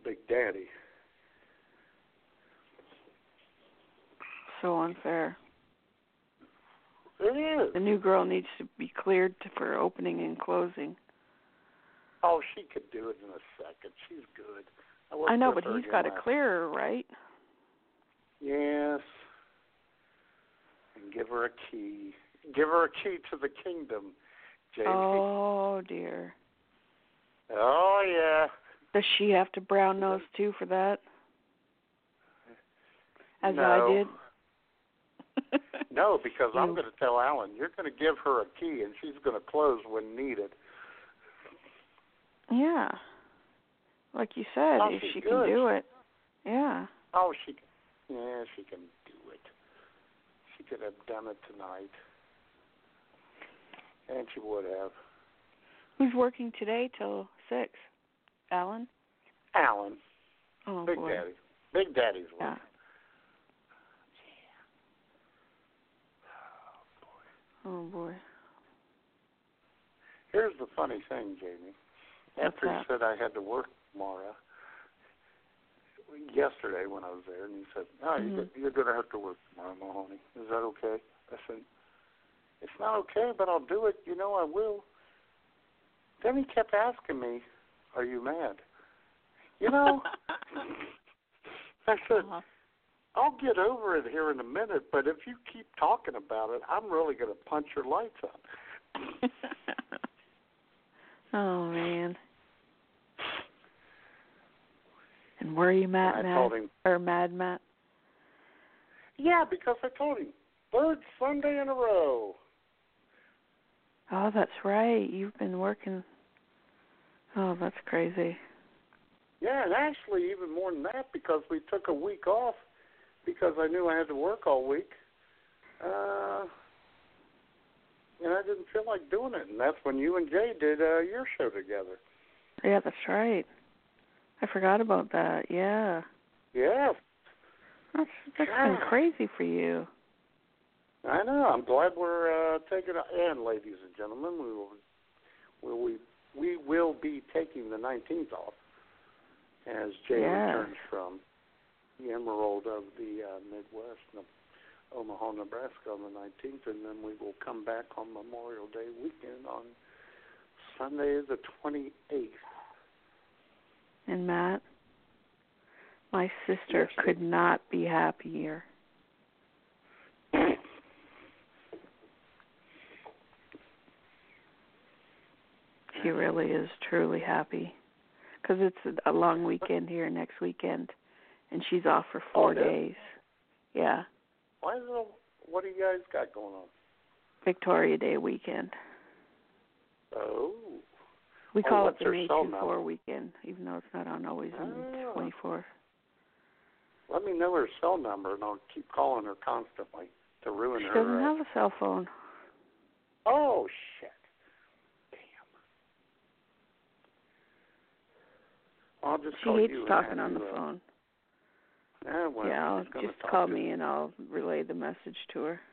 Big Daddy.
So unfair.
It
The
is.
new girl needs to be cleared to, for opening and closing.
Oh, she could do it in a second. She's good. I, worked
I know,
with
but
her
he's
again
got to
last-
clear her, right?
Yes. And give her a key. Give her a key to the kingdom, Jamie.
Oh dear.
Oh, yeah.
Does she have to brown nose too for that? As
no.
I did.
No, because I'm
You-
going to tell Alan, you're going to give her a key, and she's going to close when needed.
Yeah. Like you said,
Oh,
if
she's
she
good.
can do it. Yeah.
Oh, she, yeah, she can do it. She could have done it tonight, and she would have.
Who's working today till six? Alan.
Alan,
Oh
Big
boy.
Daddy, Big Daddy's one.
Yeah. Oh boy.
Here's the funny thing, Jamie.
What's
After he
that?
said I had to work tomorrow, yesterday when I was there, and he said, "No,
Mhm.
you're, go- you're going to have to work tomorrow, Mahoney. Is that okay?" I said, "It's not okay, but I'll do it. You know, I will." Then he kept asking me, "Are you mad?" You know, I said,
Uh-huh.
"I'll get over it here in a minute, but if you keep talking about it, I'm really going to punch your lights out."
oh man. And were you Matt
and I
Matt
told him,
or Mad Matt?
Yeah, because I told him third Sunday in a row.
Oh, that's right. You've been working. Oh, that's crazy.
Yeah, and actually even more than that because we took a week off because I knew I had to work all week. Uh, and I didn't feel like doing it, and that's when you and Jay did uh, your show together.
Yeah, that's right. I forgot about that. Yeah.
Yeah,
That's that's been
Yeah.
crazy for you.
I know. I'm glad we're uh, taking a, and ladies and gentlemen, we will will we we will be taking the 19th off as Jay
Yeah.
returns from the Emerald of the uh, Midwest, Neb- Omaha, Nebraska, on the 19th, and then we will come back on Memorial Day weekend on Sunday the 28th.
And Matt, my sister
Yes, sir.
could not be happier. She really is truly happy because it's a a long weekend here next weekend, and she's off for four
yeah.
days. Yeah,
Why is it? A, what do you guys got going on?
Victoria Day weekend.
Oh,
We
Oh,
call
what's
it the
her
May
cell
two
number?
four weekend, even though it's not on always on the
Ah.
twenty fourth.
let me know her cell number, and I'll keep calling her constantly to ruin
She
her.
doesn't
uh,
have a cell phone.
Oh shit! Damn. I'll just
She
call
hates
you and
talking
have
on the
you, uh,
phone.
eh, well,
yeah, I'll
she's gonna
just
talk
call
to
me and I'll relay the message to her.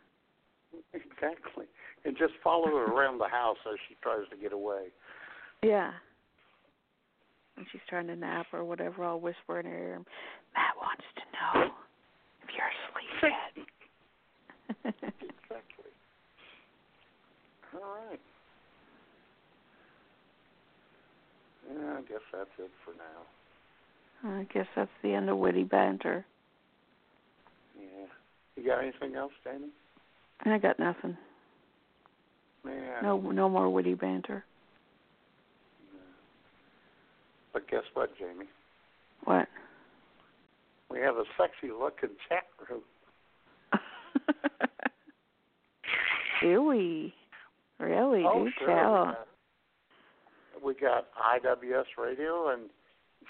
Exactly, and just follow her around the house as she tries to get away.
Yeah. When she's trying to nap or whatever, I'll whisper in her ear, Matt wants to know if you're asleep yet.
Exactly. All right. Yeah, I guess that's it for now.
I guess that's the end of witty banter.
Yeah. You got anything else, Danny?
And I got nothing.
Man.
No, no more witty banter.
But guess what, Jamie?
What?
We have a sexy looking chat room.
Do we? Really?
oh,
Do
sure.
tell.
We got, we got IWS Radio, and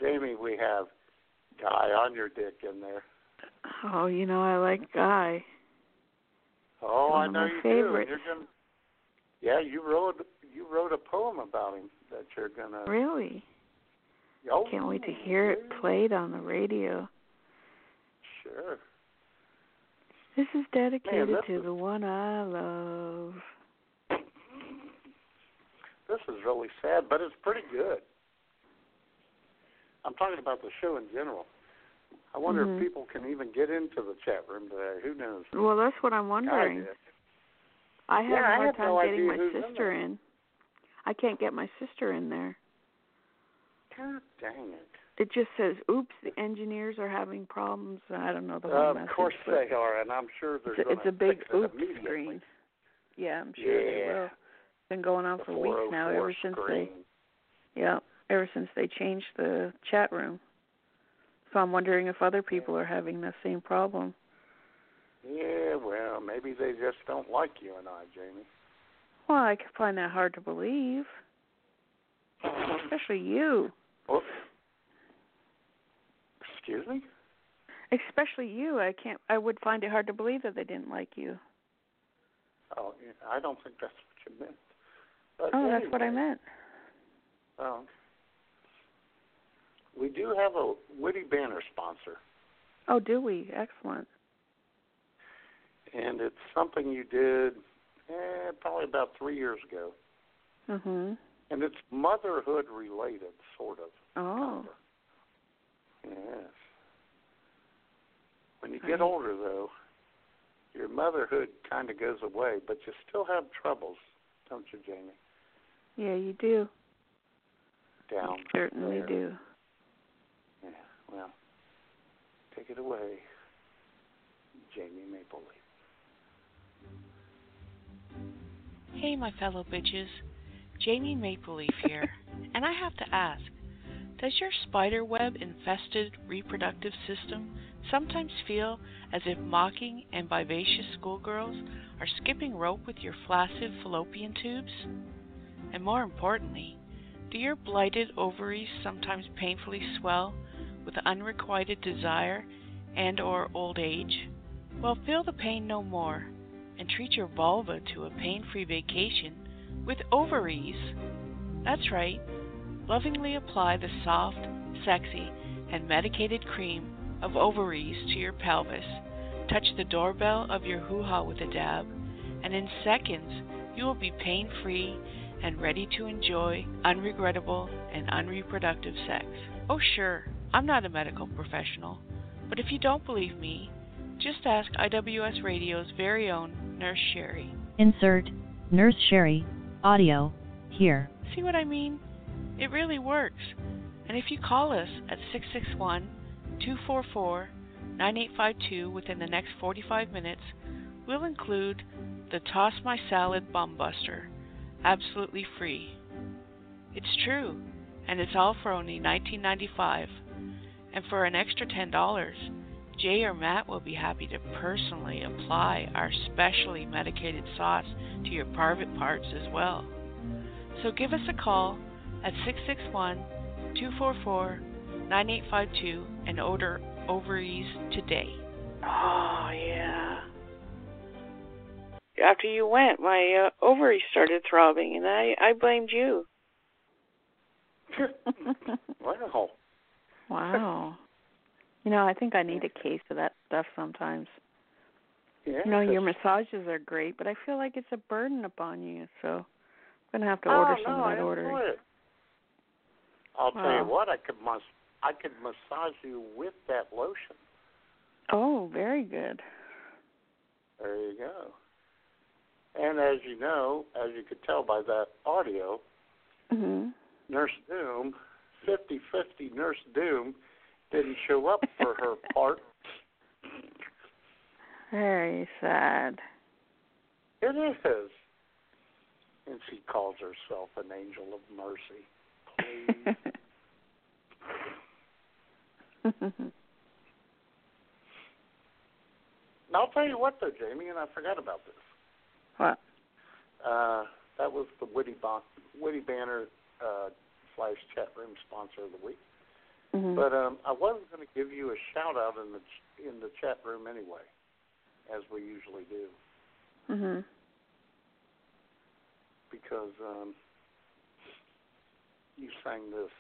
Jamie, we have Guy on your dick in there.
Oh, you know I like Guy.
Oh,
One
I
of
know
my
you
favorites.
do. and You're gonna, yeah, you wrote you wrote a poem about him that you're gonna.
Really?
Oh,
Can't wait to hear it
yeah,
played on the radio.
Sure.
This is dedicated
this
to
is-
the one I love.
This is really sad, but it's pretty good. I'm talking about the show in general. I wonder
Mhm.
if people can even get into the chat room today. Who knows?
Well, that's what I'm
God,
wondering.
yeah.
I have
Yeah, I
a hard
have
time
no
getting
idea
my
who's in
sister
there.
in, I can't get my sister in there.
God dang it.
It just says, "Oops, the engineers are having problems." and I don't know the whole
Uh, Of
message.
course
but
they are, and I'm sure they're
It's a,
going
it's
to
a big
fix it
oops
immediately.
screen. Yeah, I'm sure they
Yeah.
will. Been going on
The
for weeks now,
404
ever since
screen.
they yeah, ever since they changed the chat room. So I'm wondering if other people are having the same problem.
Yeah, well, maybe they just don't like you and I, Jamie.
Well, I could find that hard to believe, especially you.
Oops. Excuse me?
Especially you. I can't. I would find it hard to believe that they didn't like you.
Oh, yeah, I don't think that's what you meant. But
Oh, that's what I
anyway,
meant.
Um, we do have a witty banner sponsor,
Oh, do we? Excellent.
and it's something you did eh, probably about three years ago,
Mhm.
and it's motherhood related, sort of.
Oh.
Yes. When you
Right.
get older, though, your motherhood kind of goes away, but you still have troubles, don't you, Jamie?
Yeah, you do.
Down.
You certainly
there.
do.
Yeah. Well, take it away, Jamie Maple Leaf.
Hey, my fellow bitches. Jamie Maple Leaf here. and I have to ask Does your spider web infested reproductive system sometimes feel as if mocking and vivacious schoolgirls are skipping rope with your flaccid fallopian tubes? And more importantly, Do your blighted ovaries sometimes painfully swell with unrequited desire and or old age? Well, feel the pain no more and treat your vulva to a pain-free vacation with ovaries. That's right. Lovingly apply the soft, sexy, and medicated cream of ovaries to your pelvis. Touch the doorbell of your hoo-ha with a dab, and in seconds you will be pain-free and ready to enjoy unregrettable and unreproductive sex. Oh, sure, I'm not a medical professional, but if you don't believe me, just ask IWS Radio's very own Nurse Sherry.
Insert Nurse Sherry audio here.
See what I mean? It really works. And if you call us at 661 244 9852 within the next 45 minutes, we'll include the Toss My Salad Bum Buster absolutely free. It's true, and it's all for only $19.95. And for an extra $10, Jay or Matt will be happy to personally apply our specially medicated sauce to your private parts as well. So give us a call at 661 244 9852 and order ovaries today.
Oh yeah. After you went, my uh, ovary started throbbing, and I I blamed you.
Wow.
wow. You know, I think I need a case of that stuff sometimes.
Yeah.
You know, your
that's-
massages are great, but I feel like it's a burden upon you, so I'm gonna have to
oh,
order some
no,
of
I
that order.
enjoy it. I'll tell
Wow.
you what, I could mas- I could massage you with that lotion.
Oh, very good.
There you go. And as you know, as you could tell by that audio,
Mhm.
Nurse Doom, 50 50 Nurse Doom didn't show up for her part.
Very sad.
It is. And she calls herself an angel of mercy. Please. and I'll tell you what, though, Jamie, and I forgot about this.
what?
Uh, that was the Woody, bon- Woody Banner uh, slash chat room sponsor of the week.
Mhm.
But um, I was going to give you a shout out in the ch- in the chat room anyway, as we usually do,
Mhm.
because um, you sang this,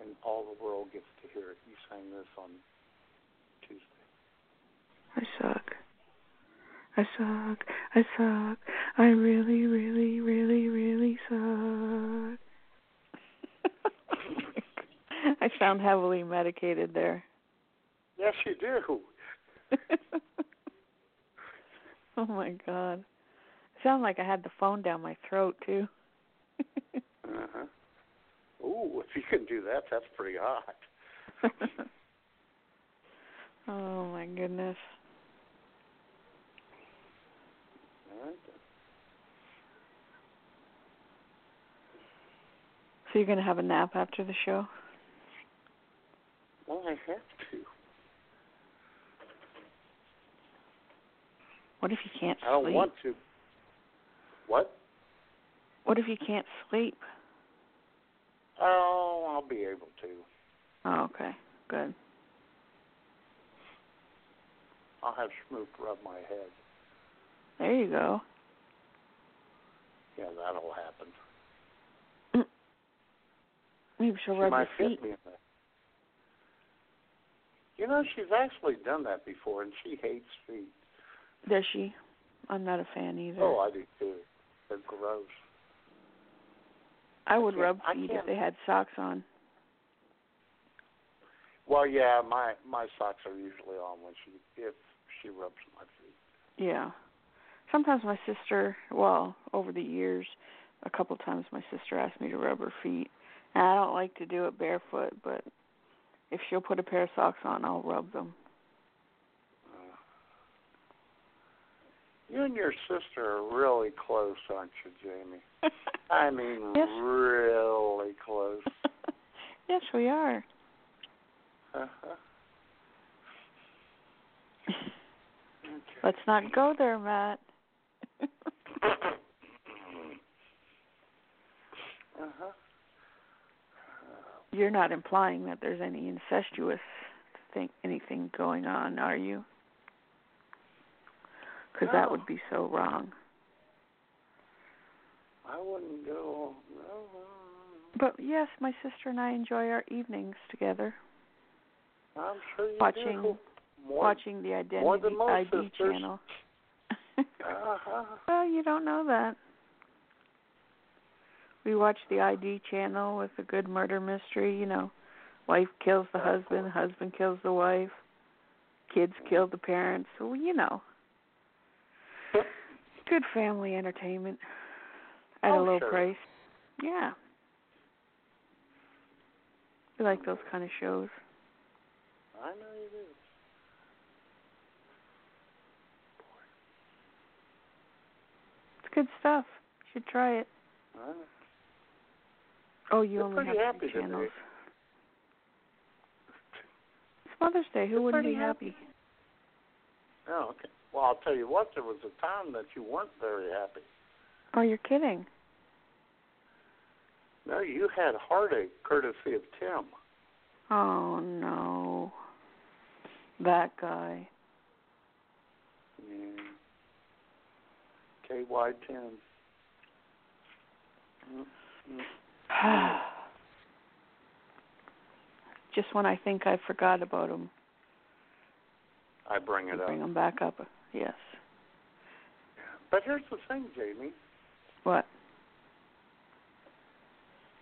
and all the world gets to hear it. You sang this on Tuesday.
I suck. I suck. I suck. I really, really, really, really suck. I sound heavily medicated there.
Yes, you do.
oh my god. I sound like I had the phone down my throat too.
Uh huh. Uh-huh. Ooh, if you can do that, that's pretty hot.
oh my goodness.
All right.
So you're gonna have a nap after the show?
Well, I have to.
What if you can't
I don't
sleep?
want to. What?
What if you can't sleep?
Oh, I'll be able to.
Oh, okay. Good.
I'll have Schmoop rub my head.
There you go.
Yeah, that'll happen.
Maybe she'll
she
rub
might
your feet.
hit me in the. You know, she's actually done that before, and she hates feet.
Does she? I'm not a fan either.
Oh, I do too. They're gross.
I would
can't-
rub
I
feet if
can't-
they had socks on.
Well, yeah, my my socks are usually on when she if she rubs my feet.
Yeah. Sometimes my sister, well, over the years, a couple times my sister asked me to rub her feet, and I don't like to do it barefoot, but if she'll put a pair of socks on, I'll rub them.
You and your sister are really close, aren't you, Jamie? I mean,
Yes.
really close.
yes, we are.
Uh-huh.
Let's not go there, Matt.
Uh-huh.
you're not implying that there's any incestuous thing, anything going on, are you? Because that
No.
would be so wrong.
I wouldn't go. No, no,
But yes, my sister and I enjoy our evenings together,
no. I'm sure you
Watching-
do. More,
watching the identity
more than most
ID
sisters.
channel.
Uh-huh.
well, you don't know that. We watch the ID channel with a good murder mystery. You know, wife kills the husband, husband kills the wife, kids kill the parents. Well, you know, good family entertainment at
Oh,
a low
sure.
price. Yeah, we like those kind of shows.
I know you do.
It's good stuff. You should try it.
I know.
Oh, you
They're
only
pretty
have
happy
two
today.
channels. It's Mother's Day. Who wouldn't be
pretty happy.
happy?
Oh, okay. Well, I'll tell you what. There was a time that you weren't very happy.
Oh, you're kidding.
No, you had heartache courtesy of Tim.
Oh no. That guy.
Yeah. KY Tim.
Just when I think I forgot about him,
I bring
you
it
bring
up.
him back up. Yes.
But here's the thing, Jamie.
What?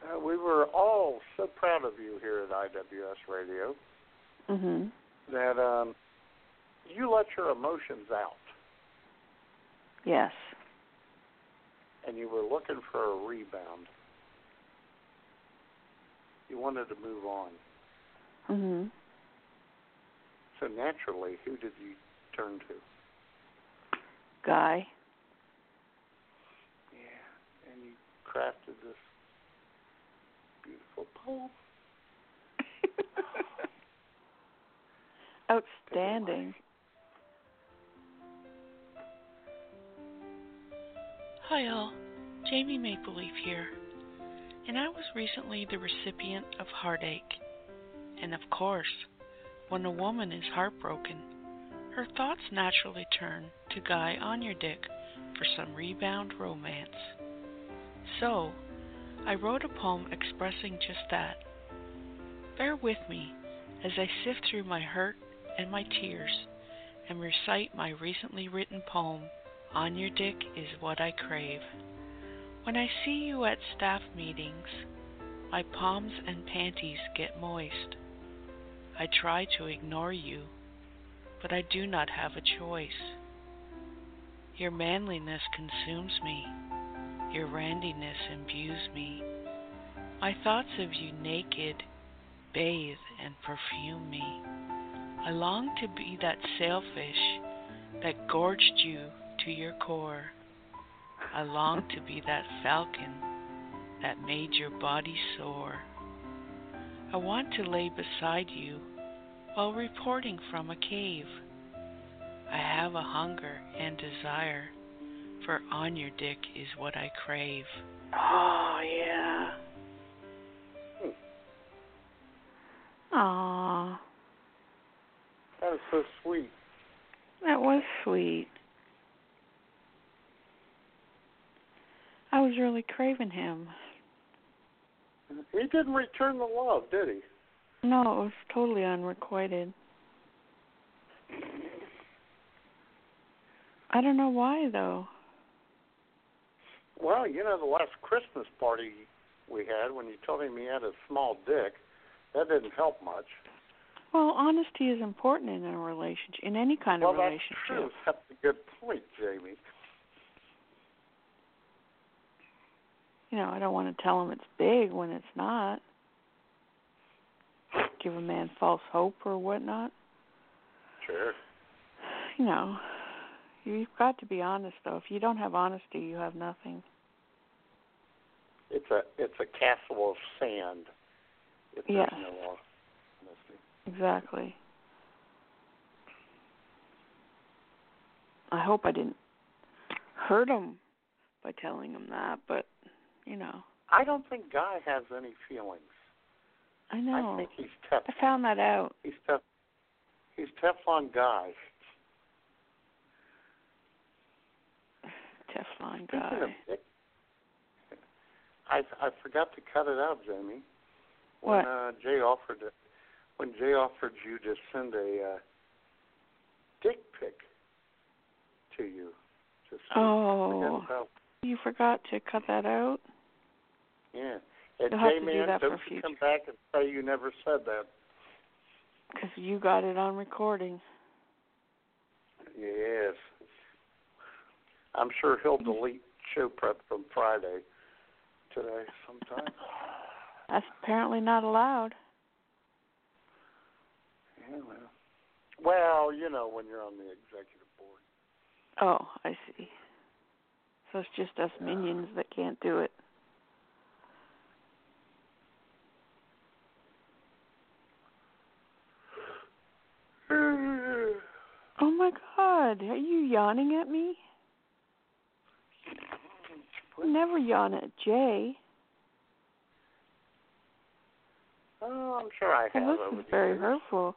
Uh, we were all so proud of you here at IWS Radio
Mhm.
that um, you let your emotions out,
Yes.
and you were looking for a rebound. You wanted to move on.
Mhm.
So naturally, who did you turn to?
Guy.
Yeah, and you crafted this beautiful poem.
Outstanding.
Hi all, Jamie Mapleleaf here, and I was recently the recipient of heartache. And of course, when a woman is heartbroken, her thoughts naturally turn to Guy on your dick for some rebound romance. So, I wrote a poem expressing just that. Bear with me as I sift through my hurt and my tears and recite my recently written poem, On Your Dick is What I Crave. When I see you at staff meetings, my palms and panties get moist. I try to ignore you, but I do not have a choice. Your manliness consumes me, your randiness imbues me. My thoughts of you naked bathe and perfume me. I long to be that sailfish that gorged you to your core. I long to be that falcon that made your body soar. I want to lay beside you while reporting from a cave. I have a hunger and desire, for on your dick is what I crave.
Oh yeah. Aww.
That is so sweet.
That was sweet. I was really craving him.
He didn't return the love, did he?
No, it was totally unrequited. I don't know why though.
Well, you know, the last Christmas party we had, when you told him he had a small dick, that didn't help much.
Well, honesty is important in a relationship, in any kind
well,
of
that's
relationship.
true. That's a good point, Jamie.
You know, I don't want to tell him it's big when it's not. Give a man false hope or whatnot.
Sure.
You know, you've got to be honest though. If you don't have honesty, you have nothing.
It's a it's a castle of sand. If there's
Yes.
no honesty.
Exactly. I hope I didn't hurt him by telling him that, but you know,
I don't think Guy has any feelings.
I
I
know.
think he's tough.
I found that out.
He's tough. He's Teflon guy.
Teflon
Speaking of
guy.
Dick, I I forgot to cut it out, Jamie.
What?
When uh, Jay offered it, when Jay offered you to send a uh, dick pic to you. Just
Oh, you forgot to cut that out.
yeah. And
You'll have to
Jay
do
man,
that for
don't you
future.
come back and say you never said that.
'Cause you got it on recording.
Yes. I'm sure he'll delete show prep from Friday today sometime.
That's apparently not allowed.
yeah, well. well, you know, when you're on the executive board.
Oh, I see. Uh. So it's just us minions that can't do it. Oh my God, are you yawning at me? I Never yawn at Jay.
Oh, I'm sure I have
Well,
over
this is
the
very
years.
hurtful.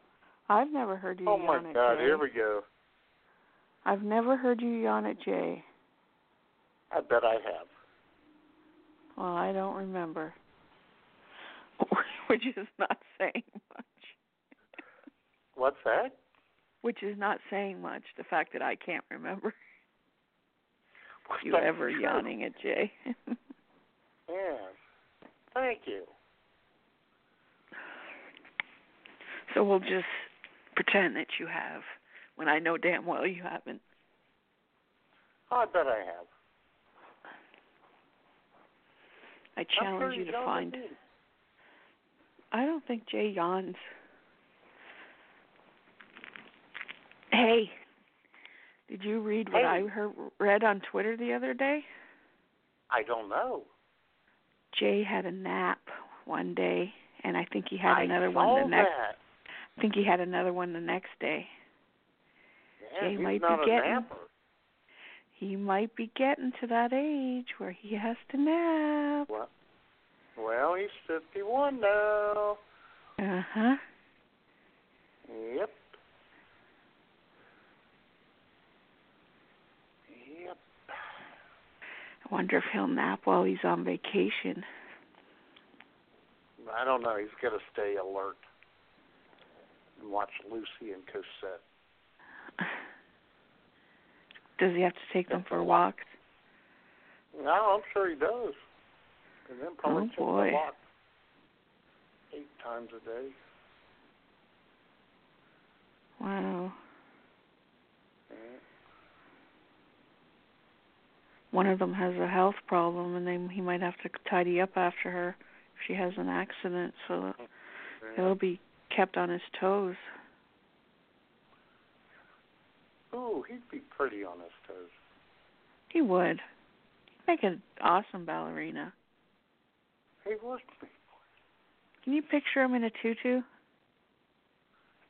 I've never heard you
Oh my
yawn at
God!
Jay.
Here we go.
I've never heard you yawn at Jay.
I bet I have.
Well, I don't remember. Which is not saying much.
What's that?
Which is not saying much, the fact that I can't remember you
That's
ever
true.
yawning at Jay.
Yes. Thank you.
so we'll just pretend that you have when I know damn well you haven't.
Oh, I bet I have.
I
I'm sure
challenge
you
you to
don't
find.
believe.
I don't think Jay yawns. Hey, did you read what
Hey.
I heard, read on Twitter the other day?
I don't know.
Jay had a nap one day, and I think he had
I
another
saw
one the next.
That.
I think he had another one the next day.
Yeah,
Jay
he's
might be
not a
getting-
napper.
He might be getting to that age where he has to nap.
Well, well, he's 51 now.
Uh huh.
Yep. Yep.
I wonder if he'll nap while he's on vacation.
I don't know. He's going to stay alert and watch Lucy and Cosette.
Does he have to take them for walks?
No, I'm sure he does. And then probably
Oh,
check
boy.
the lock eight times a day.
Wow.
Yeah.
One of them has a health problem, and they he might have to tidy up after her if she has an accident.
Oh,
So he'll be kept on his toes.
Ooh, he'd be pretty on his toes.
He would. He'd make an awesome ballerina.
He would be.
Can you picture him in a tutu?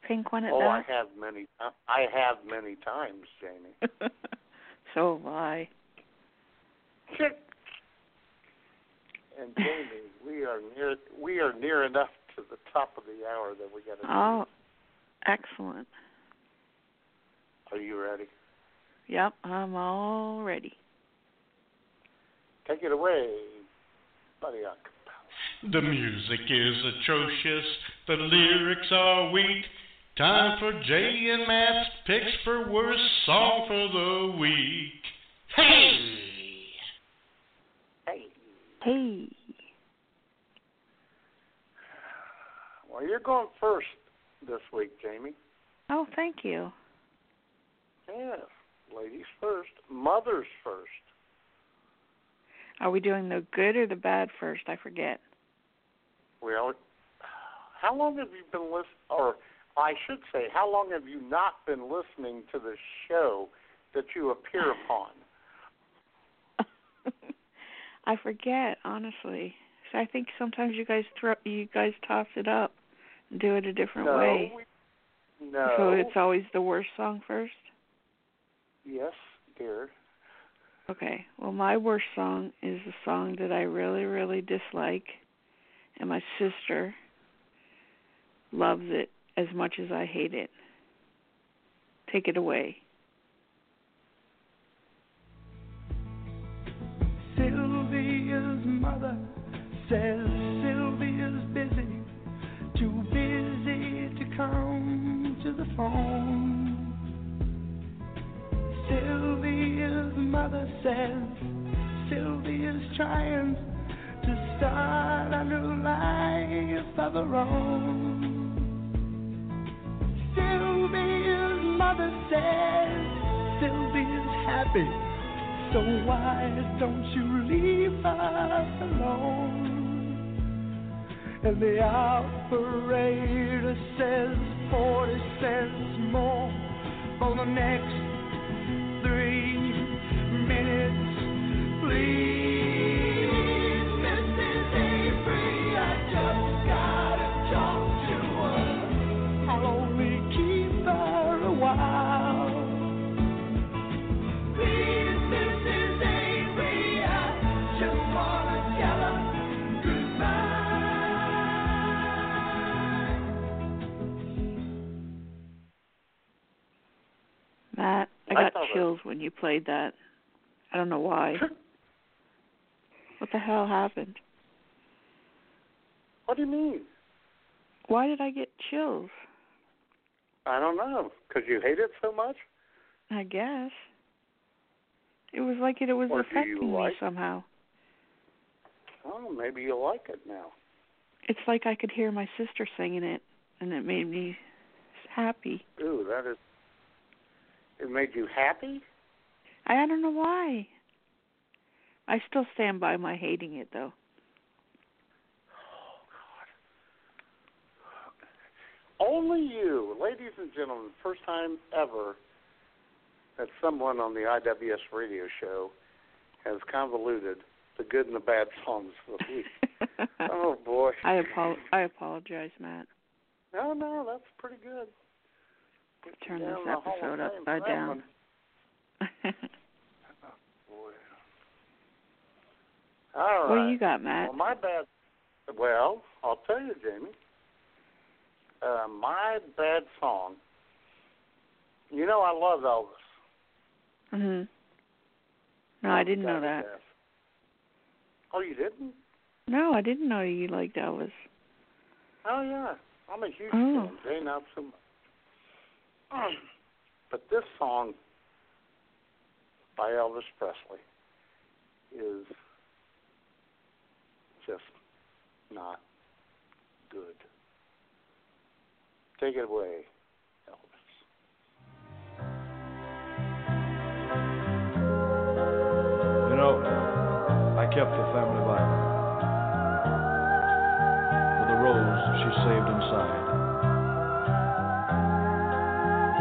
Pink one at
Oh, I
that.
have many. ti- I have many times, Jamie.
so have I.
Chick. And Jamie, we are near. We are near enough to the top of the hour that we got to.
Oh, excellent.
Are you ready?
Yep, I'm all ready.
Take it away, buddy. Uncle.
The music is atrocious. The lyrics are weak. Time for Jay and Matt's picks for worst song for the week. Hey!
Hey.
Hey,
Well, you're going first this week, Jamie.
oh, thank you.
Yes, ladies first, mothers first.
Are we doing the good or the bad first? I forget.
Well, how long have you been listening, or I should say, how long have you not been listening to the show that you appear upon?
I forget honestly. So I think sometimes you guys throw you guys toss it up and do it a different
no,
way.
we- no.
So it's always the worst song first.
yes, dear.
Okay. Well, my worst song is a song that I really, really dislike, and my sister loves it as much as I hate it. Take it away.
Sylvia's mother says Sylvia's busy, too busy to come to the phone. Sylvia's mother says Sylvia's trying to start a new life of her own. Sylvia's mother says Sylvia's happy. So why don't you leave us alone? And the operator says 40 cents more for the next three minutes. Please, Mrs. Avery, I just gotta talk to her. I'll only keep her a while. Please, Mrs. Avery, I just wanna tell her goodbye.
Matt, I
I
got
thought that-
chills when you played that. I don't know why. what the hell happened?
What do you mean?
Why did I get chills?
I don't know. Because you hate it so much?
I guess. It was like it, it was
Or do you
affecting me
like-
somehow.
Oh, maybe you like it now.
It's like I could hear my sister singing it, and it made me happy.
Ooh, that is. It made you happy?
I, I don't know why. I still stand by my hating it, though.
Only you, ladies and gentlemen, first time ever that someone on the IWS radio show has convoluted the good and the bad songs of the week. oh boy.
I apo- I apologize, Matt.
No, no, that's pretty good. Put you
Turn
down
this
in the Hall of
episode
Fame for
upside
that
down.
one. Boy. All right.
What do you got, Matt?
Well, my bad. Well, I'll tell you, Jamie. Uh, my bad song. You know, I love Elvis.
Mhm. No, I didn't know
oh God,
that.
yes. Oh, you didn't?
No, I didn't know you liked Elvis.
Oh yeah, I'm a huge
Oh.
fan. Jay not so much. But this song by Elvis Presley is just not good. Take it away, Elvis.
You know, I kept the family Bible with a rose she saved inside.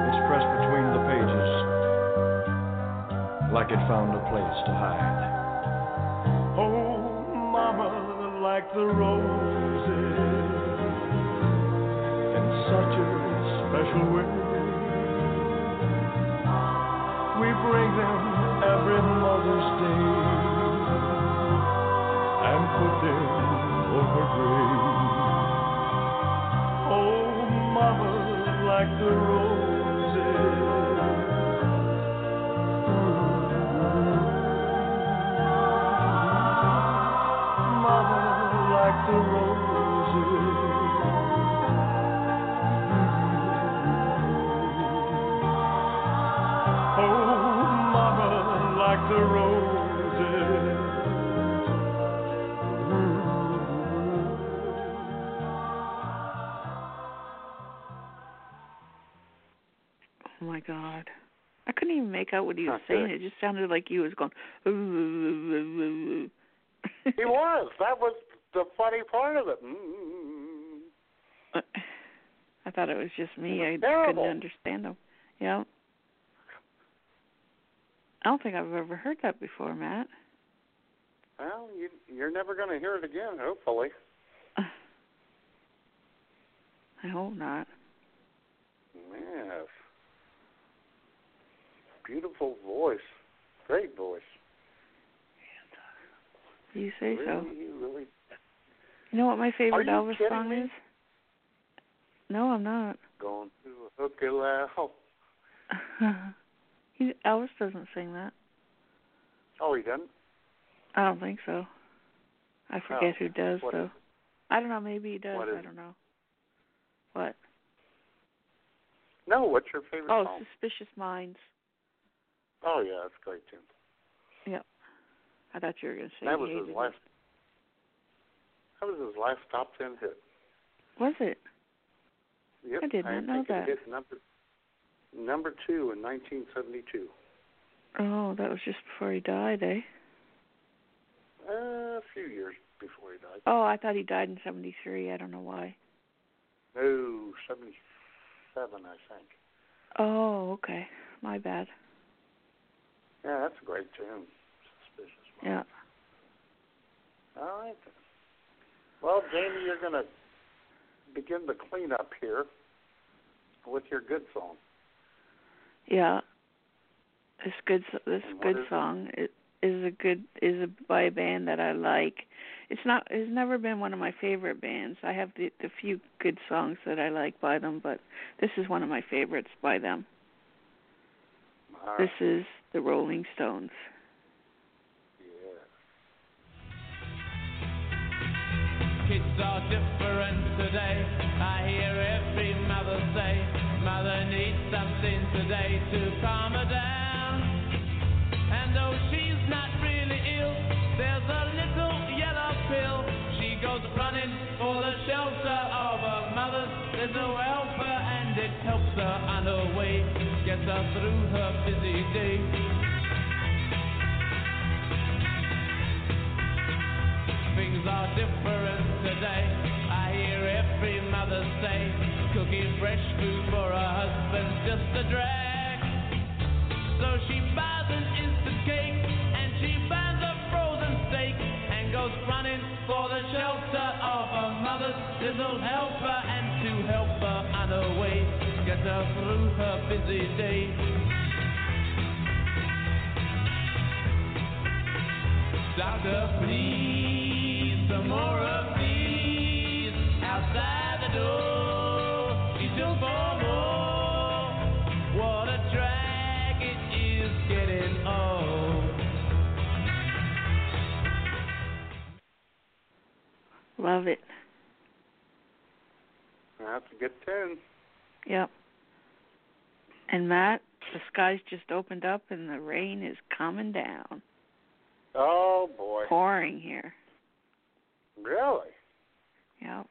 It's pressed between the pages like it found a place to hide. Oh, mama, like the roses in such a special way. We bring them every Mother's Day and put them on her grave. Oh, Mama, like the roses. Mama, like the roses. Oh, mama, like the roses.
Oh my god. I couldn't even make out what he was
Not
saying.
good.
It just sounded like he was going.
He was. That was the funny part of it. Mm-hmm.
I thought it was just me. I
was terrible.
couldn't understand him. You know. I don't think I've ever heard that before, Matt.
Well, you, you're never going to hear it again, hopefully.
I hope not.
Yes. Beautiful voice. Great voice.
You say
really,
so.
really.
You know what my favorite
you
Elvis
kidding
song
me?
is? No, I'm not.
Going to a hooky loud.
he, Elvis doesn't sing that.
Oh, he doesn't?
I don't think so. I forget who does
Oh, What
though.
is
I don't know. Maybe he does.
What is
I don't know. What?
No, what's your favorite
Oh,
song?
Suspicious Minds.
Oh, yeah, that's a great tune.
Yep. I thought you were going to say
That
you
was
hated
his
it.
last. That was his last top ten hit.
Was it?
Yep,
I did not know
think
that.
It hit number number two in 1972.
Oh, that was just before he died, eh?
Uh, a few years before he died.
Oh, I thought he died in '73. I don't know why.
No, 77, I think.
Oh, okay. My bad.
Yeah, that's a great tune. Suspicious.
Yeah.
All right. then. Well, Jamie, you're going to begin the cleanup here with your good song.
Yeah. This good s- this
And what
good
is it?
song i- is a good is a by a band that I like. It's not it's never been one of my favorite bands. I have the the few good songs that I like by them, but this is one of my favorites by them.
All
This
right.
is the Rolling Stones.
Yeah.
Kids are different today. I hear every mother say, Mother needs something today to calm her down. And though she's not really ill, there's a little yellow pill. She goes running for the shelter of her mother's little welfare, and it helps her on her way, gets her through her busy day. Things are different today. I hear every mother say, cooking fresh food for her husband's just a drag. So she buys an instant cake and she buys a frozen steak and goes running for the shelter of her mother's little helper and to help her on her way, get her through her busy day. Doctor, please, some more of these outside the door. She took four more. What a drag it is getting old.
Love it.
That's a good tune.
Yep. And Matt, the sky's just opened up and the rain is coming down.
Oh, boy.
Pouring here.
Really?
Yep.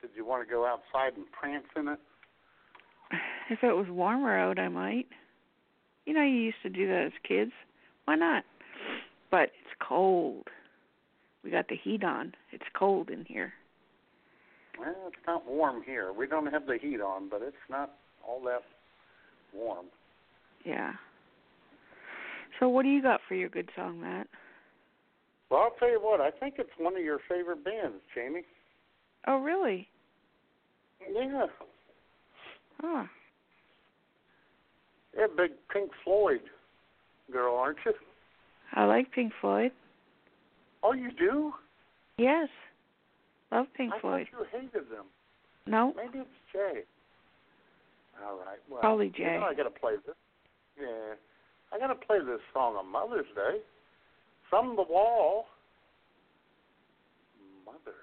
Did you want to go outside and prance in it?
If it was warmer out, I might. You know, you used to do that as kids. Why not? But it's cold. We got the heat on. It's cold in here.
Well, it's not warm here. We don't have the heat on, but it's not all that warm.
Yeah. So, what do you got for your good song, Matt?
Well, I'll tell you what. I think it's one of your favorite bands, Jamie.
Oh, really?
Yeah.
Huh.
You're a big Pink Floyd girl, aren't you?
I like Pink Floyd.
Oh, you do?
Yes. Love Pink
I
Floyd.
thought you hated them.
No?
Maybe it's Jay. All right. Well,
Probably
You
Jay.
know I gotta play this. Yeah, I gotta play this song on Mother's Day. From the Wall. Mother.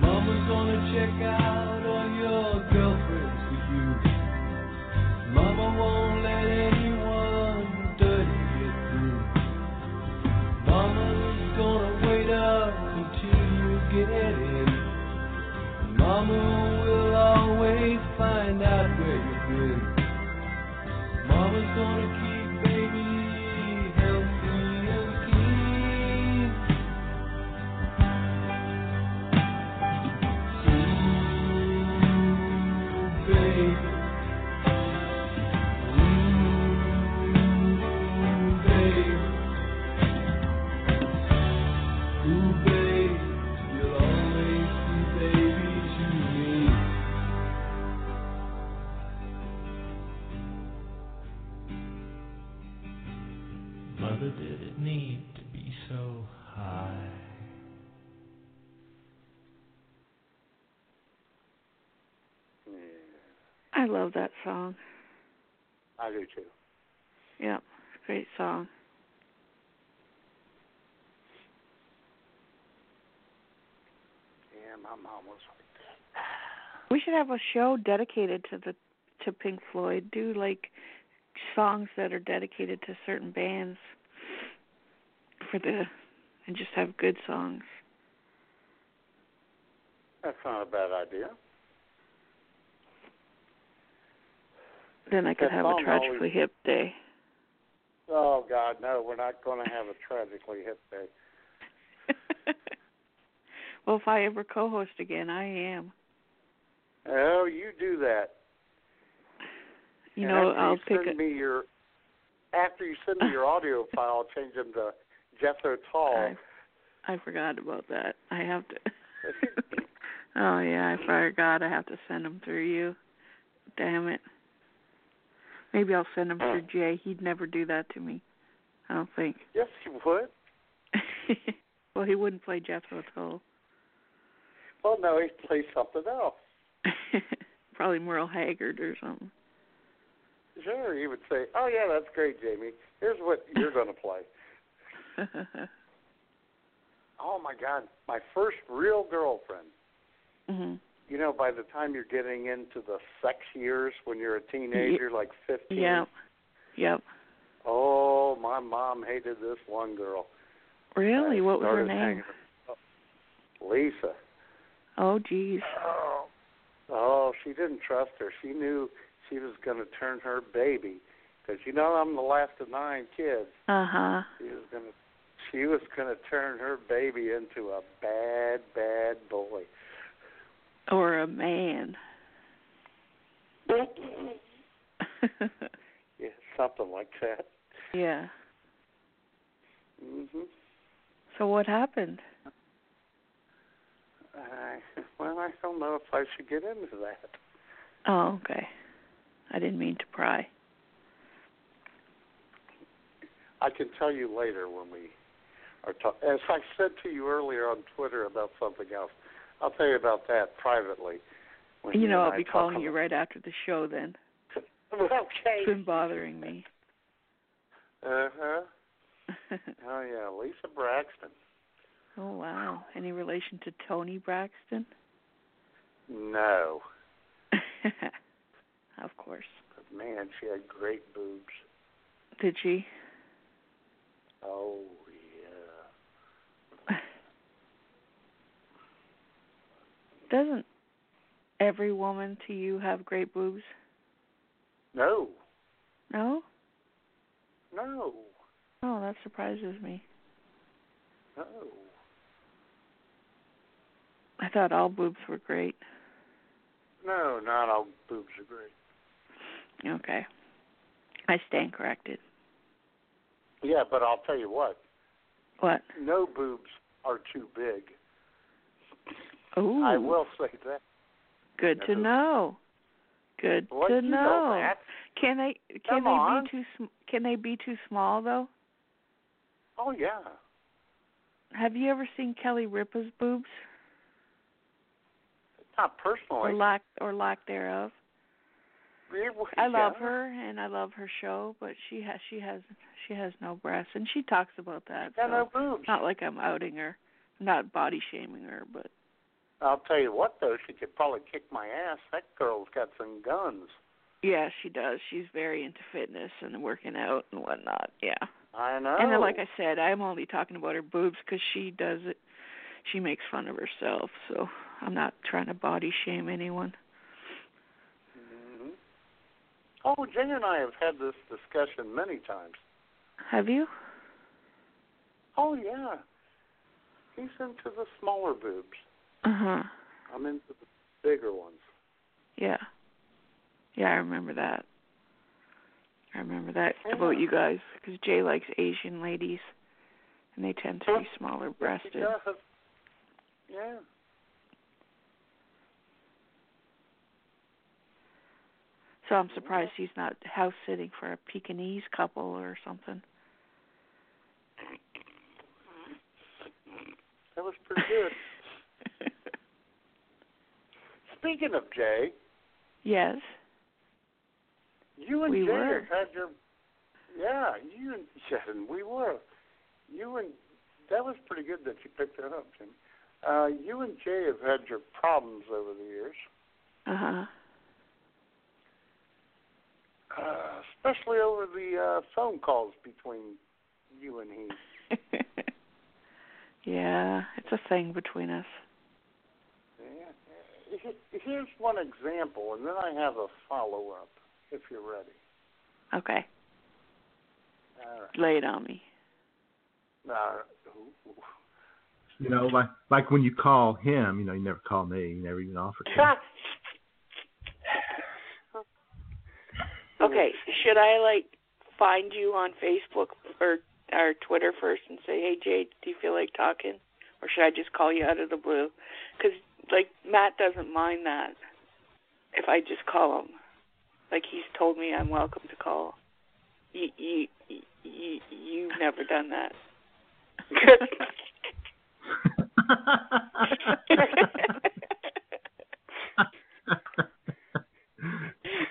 Mama's gonna check out all your girlfriends with you. Mama won't let anyone dirty get through. Mama's gonna wait up until you get in
Mother, did it need to be so high?
I love that song.
I do too.
Yeah, great song.
Yeah, my mom was like that.
We should have a show dedicated to the to Pink Floyd. Do like songs that are dedicated to certain bands for the and just have good songs.
That's not a bad idea.
Then I could
That
have a
song
tragically
always-
hip day.
Oh God, no, we're not going to have a tragically hip day.
well, if I ever co-host again, I am.
Oh, you do that.
You
And
know,
after
I'll
you
pick
send
a,
me your after you send me your audio file, I'll change them to Jethro Tull.
I, I forgot about that. I have to. oh yeah, I forgot. I have to send them through you. Damn it. Maybe I'll send them through Jay. He'd never do that to me. I don't think.
Yes, you would.
well, he wouldn't play Jethro Tull.
Well, no, he plays something else.
Probably Merle Haggard or something.
Sure, he would say, "Oh yeah, that's great, Jamie. Here's what you're going to play." Oh my God, my first real girlfriend.
mhm.
You know, by the time you're getting into the sex years when you're a teenager, like 15.
Yep. Yep.
Oh, my mom hated this one girl.
Really? What was her
Started
name?
hanging- Oh, Lisa.
Oh, geez.
Oh. Oh, she didn't trust her. She knew she was going to turn her baby, because you know I'm the last of nine kids.
Uh huh.
She was going to, she was going to turn her baby into a bad, bad boy.
Or a man.
yeah, something like that.
yeah.
Mhm.
So what happened?
I, well, I don't know if I should get into that.
Oh, okay. I didn't mean to pry.
I can tell you later when we are talking. As I said to you earlier on Twitter about something else, I'll tell you about that privately. when
you know,
and
I'll
I
be
talk
calling
about-
you right after the show then. It's
okay.
been bothering me.
Uh huh. Oh yeah, Lisa Braxton.
oh, wow. Any relation to Tony Braxton?
No,
of course.
but man, she had great boobs.
Did she?
Oh yeah.
Doesn't every woman to you have great boobs?
No,
No?
no,
Oh, that surprises me.
no.
I thought all boobs were great.
No, not all boobs are great.
Okay. I stand corrected.
Yeah, but I'll tell you what.
What?
No boobs are too big.
Ooh.
I will say that.
Good to know. Good
Well,
to
you know
know.
that.
Can they can
Come
they
on.
be too sm- can they be too small though?
Oh yeah.
Have you ever seen Kelly Ripa's boobs
Not
or
personally.
lack or lack thereof?
Yeah, well,
I love
yeah.
her and I love her show, but she has she has she has no breasts and she talks about that.
Yeah,
so
no boobs.
Not like I'm outing her, I'm not body shaming her, but
I'll tell you what though, she could probably kick my ass. That girl's got some guns.
yeah, she does. She's very into fitness and working out and whatnot. Yeah.
I know.
And then, like I said, I'm only talking about her boobs because she does it. She makes fun of herself, so I'm not trying to body shame anyone.
hmm Oh, Jen and I have had this discussion many times.
Have you?
Oh yeah. He's into the smaller boobs.
Uh huh.
I'm into the bigger ones.
Yeah. Yeah, I remember that. I remember that
Yeah.
about you guys because Jay likes Asian ladies, and they tend to be smaller
He
breasted.
does. Yeah.
So I'm surprised he's not house sitting for a Pekingese couple or something.
was pretty good. Speaking of Jay,
Yes.
you and
We
Jay
were.
have had your yeah. You and yeah, and we were. You and that was pretty good that you picked that up, Jim. Uh, you and Jay have had your problems over the years,
Uh huh.
uh, especially over the uh, phone calls between you and he.
yeah, it's a thing between us.
Yeah. Here's one example, and then I have a follow up if you're ready.
Okay.
All right.
Lay it on me.
All right. Ooh, ooh.
You know, like like when you call him, you know, you never call me, you never even offer. To.
Okay, should I like find you on Facebook or or Twitter first and say, "Hey Jade, do you feel like talking?" Or should I just call you out of the blue? Cuz like Matt doesn't mind that if I just call him. Like he's told me I'm welcome to call. You you you you've never done that.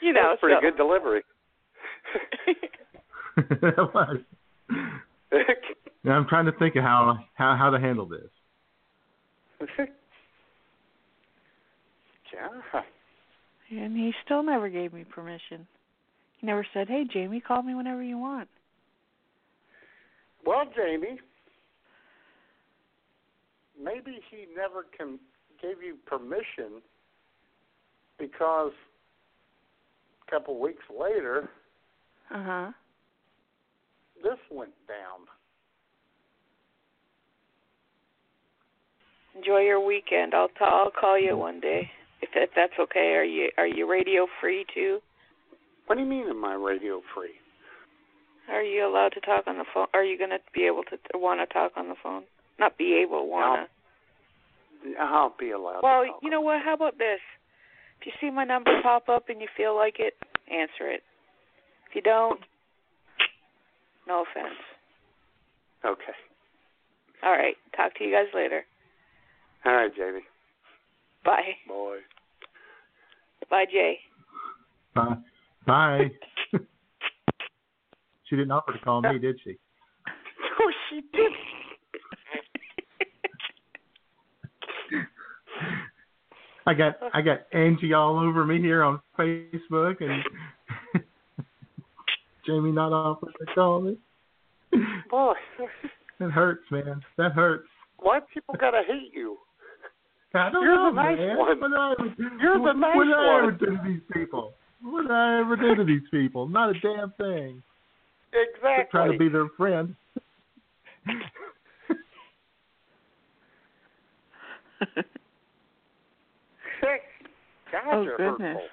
you know,
That's pretty
so-
good delivery.
that was. Now I'm trying to think of how how how to handle this.
yeah.
And he still never gave me permission. He never said, "Hey, Jamie, call me whenever you want."
Well, Jamie, maybe he never can gave you permission because a couple weeks later
Uh huh.
this went down.
Enjoy your weekend. I'll t- I'll call you one day if that, that's okay. Are you are you radio free too?
What do you mean? Am I radio free?
Are you allowed to talk on the phone? Are you gonna be able to want to talk on the phone? Not be able, wanna.
I'll be allowed.
well,
to talk.
you know what? How about this? If you see my number pop up and you feel like it, answer it. If you don't, no offense.
Okay.
All right. Talk to you guys later.
All right, Jamie.
Bye.
Boy.
Bye, Jay.
Bye. Bye. she didn't offer to call me, did she?
Oh, she did.
I got I got Angie all over me here on Facebook and Jamie not offering to call me.
Boy.
That hurts, man. That hurts.
Why people gotta hate you?
I don't
You're
know,
the nice
man.
one.
What did I ever,
You're the nice
what did I ever
one.
do to these people? What did I ever do to these people? Not a damn thing.
Exactly.
Except trying to be their friend.
God,
Oh,
you're
goodness.
hurtful.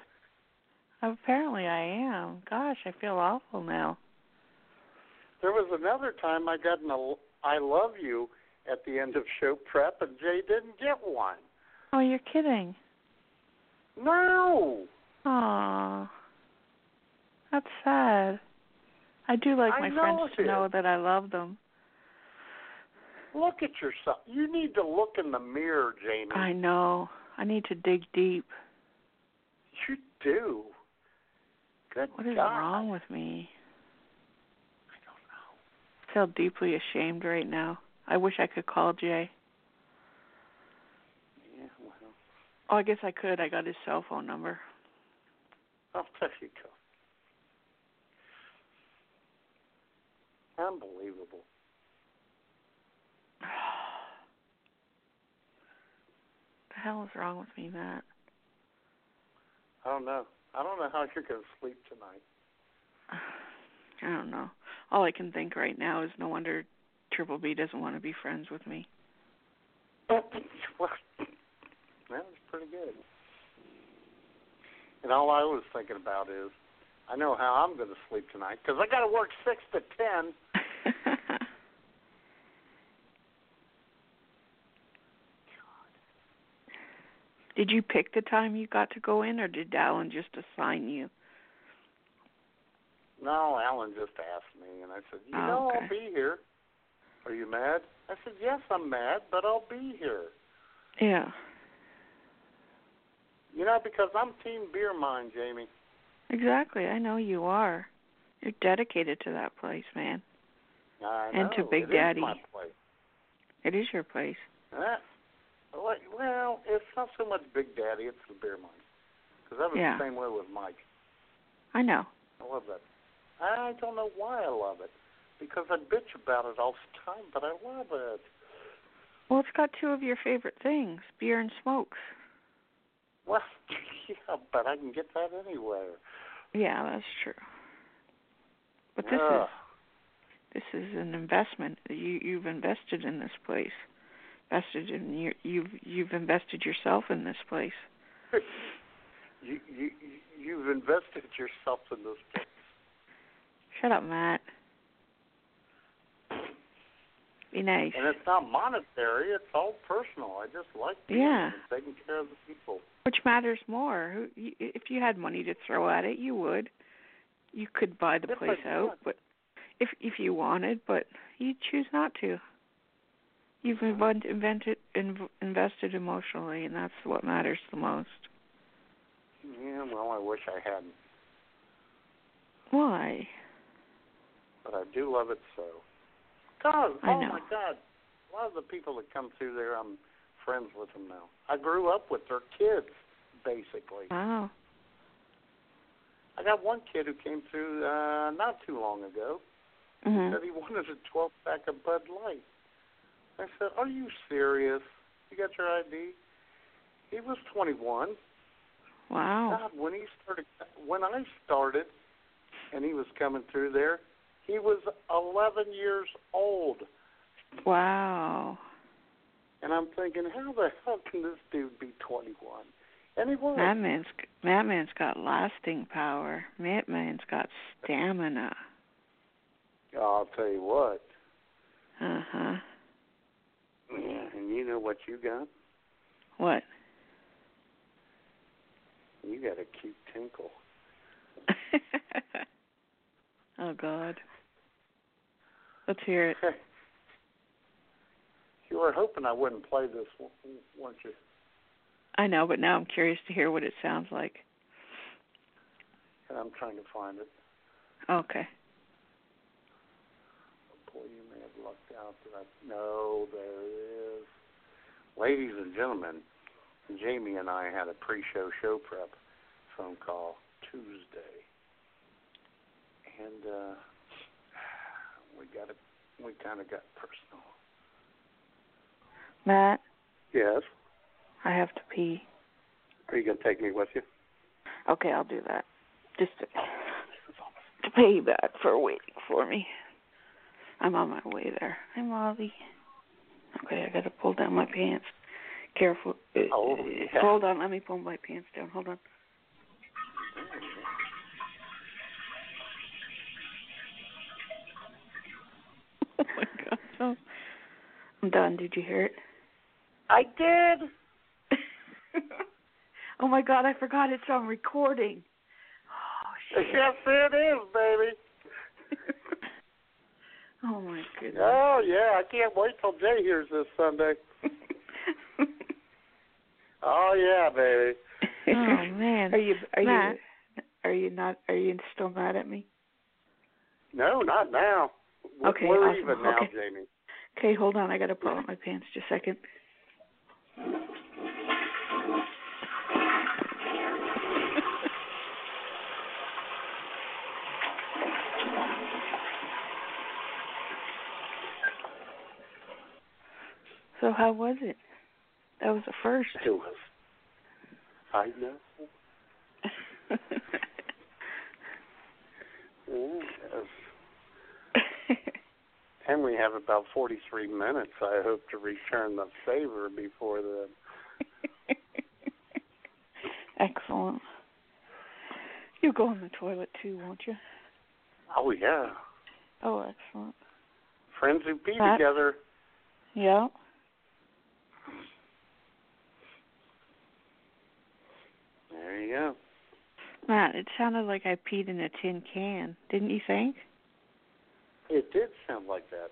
Apparently I am. Gosh, I feel awful now.
There was another time I got an al- I love you at the end of show prep, and Jay didn't get one.
Oh, you're kidding.
No.
Aw. That's sad. I do like
I
my
know
friends
it
to
is.
know that I love them.
Look at yourself. You need to look in the mirror, Jamie.
I know. I need to dig deep.
You do. Good
What is
God.
wrong with me? I don't know. I feel deeply ashamed right now. I wish I could call Jay.
Yeah, well,
Oh, I guess I could. I got his cell phone number.
I'll tell Oh, you. go. Unbelievable.
the hell is wrong with me, Matt?
I don't know. I don't know how you're going to sleep tonight.
I don't know. All I can think right now is no wonder Triple B doesn't want to be friends with me.
Oh, well, that was pretty good. And all I was thinking about is, I know how I'm going to sleep tonight because I got to work six to ten.
Did you pick the time you got to go in, or did Alan just assign you?
No, Alan just asked me, and I said, you
Oh,
know,
okay.
I'll be here. Are you mad? I said, Yes, I'm mad, but I'll be here.
Yeah.
You know, because I'm team beer mind, Jamie.
Exactly. I know you are. You're dedicated to that place, man.
I
And to
know,
Big
it is
Daddy.
my place.
It is your place.
That, like, well, it's not so much Big Daddy, it's the beer mind. Because I was
Yeah.
the same way with Mike.
I know.
I love that. I don't know why I love it. Because I bitch about it all the time, but I love it.
Well, it's got two of your favorite things, beer and smokes.
Well, yeah, but I can get that anywhere.
Yeah, that's true. But this
Ugh.
is this is an investment. You you've invested in this place. Invested in your you've you've invested yourself in this place.
you, you, you've invested yourself in this place.
Shut up, Matt. Be nice.
And it's not monetary, it's all personal. I just like being
Yeah.
and taking care of the people.
Which matters more? Who- you- If you had money to throw at it, you would. You could buy the
Yes, I
place out, but if if you wanted, but you choose not to. You've invent- invented, inv- invested emotionally, and that's what matters the most.
Yeah, well, I wish I hadn't.
Why?
But I do love it so. God,
I
oh
know.
my God. A lot of the people that come through there, I'm friends with them now. I grew up with their kids, basically.
Wow.
I got one kid who came through uh, not too long ago.
Mhm.
Said he wanted a 12 pack of Bud Light. I said, "Are you serious? You got your ID?" He was 21.
Wow. Oh.
God, when he started, when I started, and he was coming through there, he was 11 years old,
Wow.
and I'm thinking, how the hell can this dude be 21? And he was.
That man's that man's got lasting power. That man's got stamina.
I'll tell you what.
Uh huh.
Yeah, and you know what you got?
What?
You got a cute tinkle.
oh God. Let's hear it.
You were hoping I wouldn't play this one, weren't you?
I know, but now I'm curious to hear what it sounds like.
And I'm trying to find it.
Okay.
Boy, you may have lucked out that I. No, there it is. Ladies and gentlemen, Jamie and I had a pre show show prep phone call Tuesday. And uh, we got it. We kind of got personal.
Matt,
Yes.
I have to pee.
Are you going to take me with you?
Okay, I'll do that. Just to, to pay you back for waiting for me. I'm on my way there. Hi, Molly. Okay, I gotta pull down my pants. Careful. Uh,
Oh, yeah.
Hold on, let me pull my pants down. Hold on. Oh my god. Oh. I'm done. Did you hear it?
I did.
oh my god, I forgot it's on recording. Oh shit.
Yes, it is, baby.
Oh my goodness.
Oh yeah, I can't wait till Jay hears this Sunday. oh yeah, baby.
oh man. Are you are
Matt.
you are you not are you still mad at me?
No, not now. We're,
Okay,
we're
awesome.
even now,
Okay.
Jamie.
Okay, hold on. I gotta pull out my pants just a second. So how was it? That was the first.
It was. I know. Yes. And we have about 43 minutes. I hope to return the favor before the.
Excellent. You'll go in the toilet too, won't you?
Oh yeah,
Oh, excellent.
friends who pee
Matt?
together.
Yeah.
There you go.
Matt, it sounded like I peed in a tin can, didn't you think?
It did sound like that.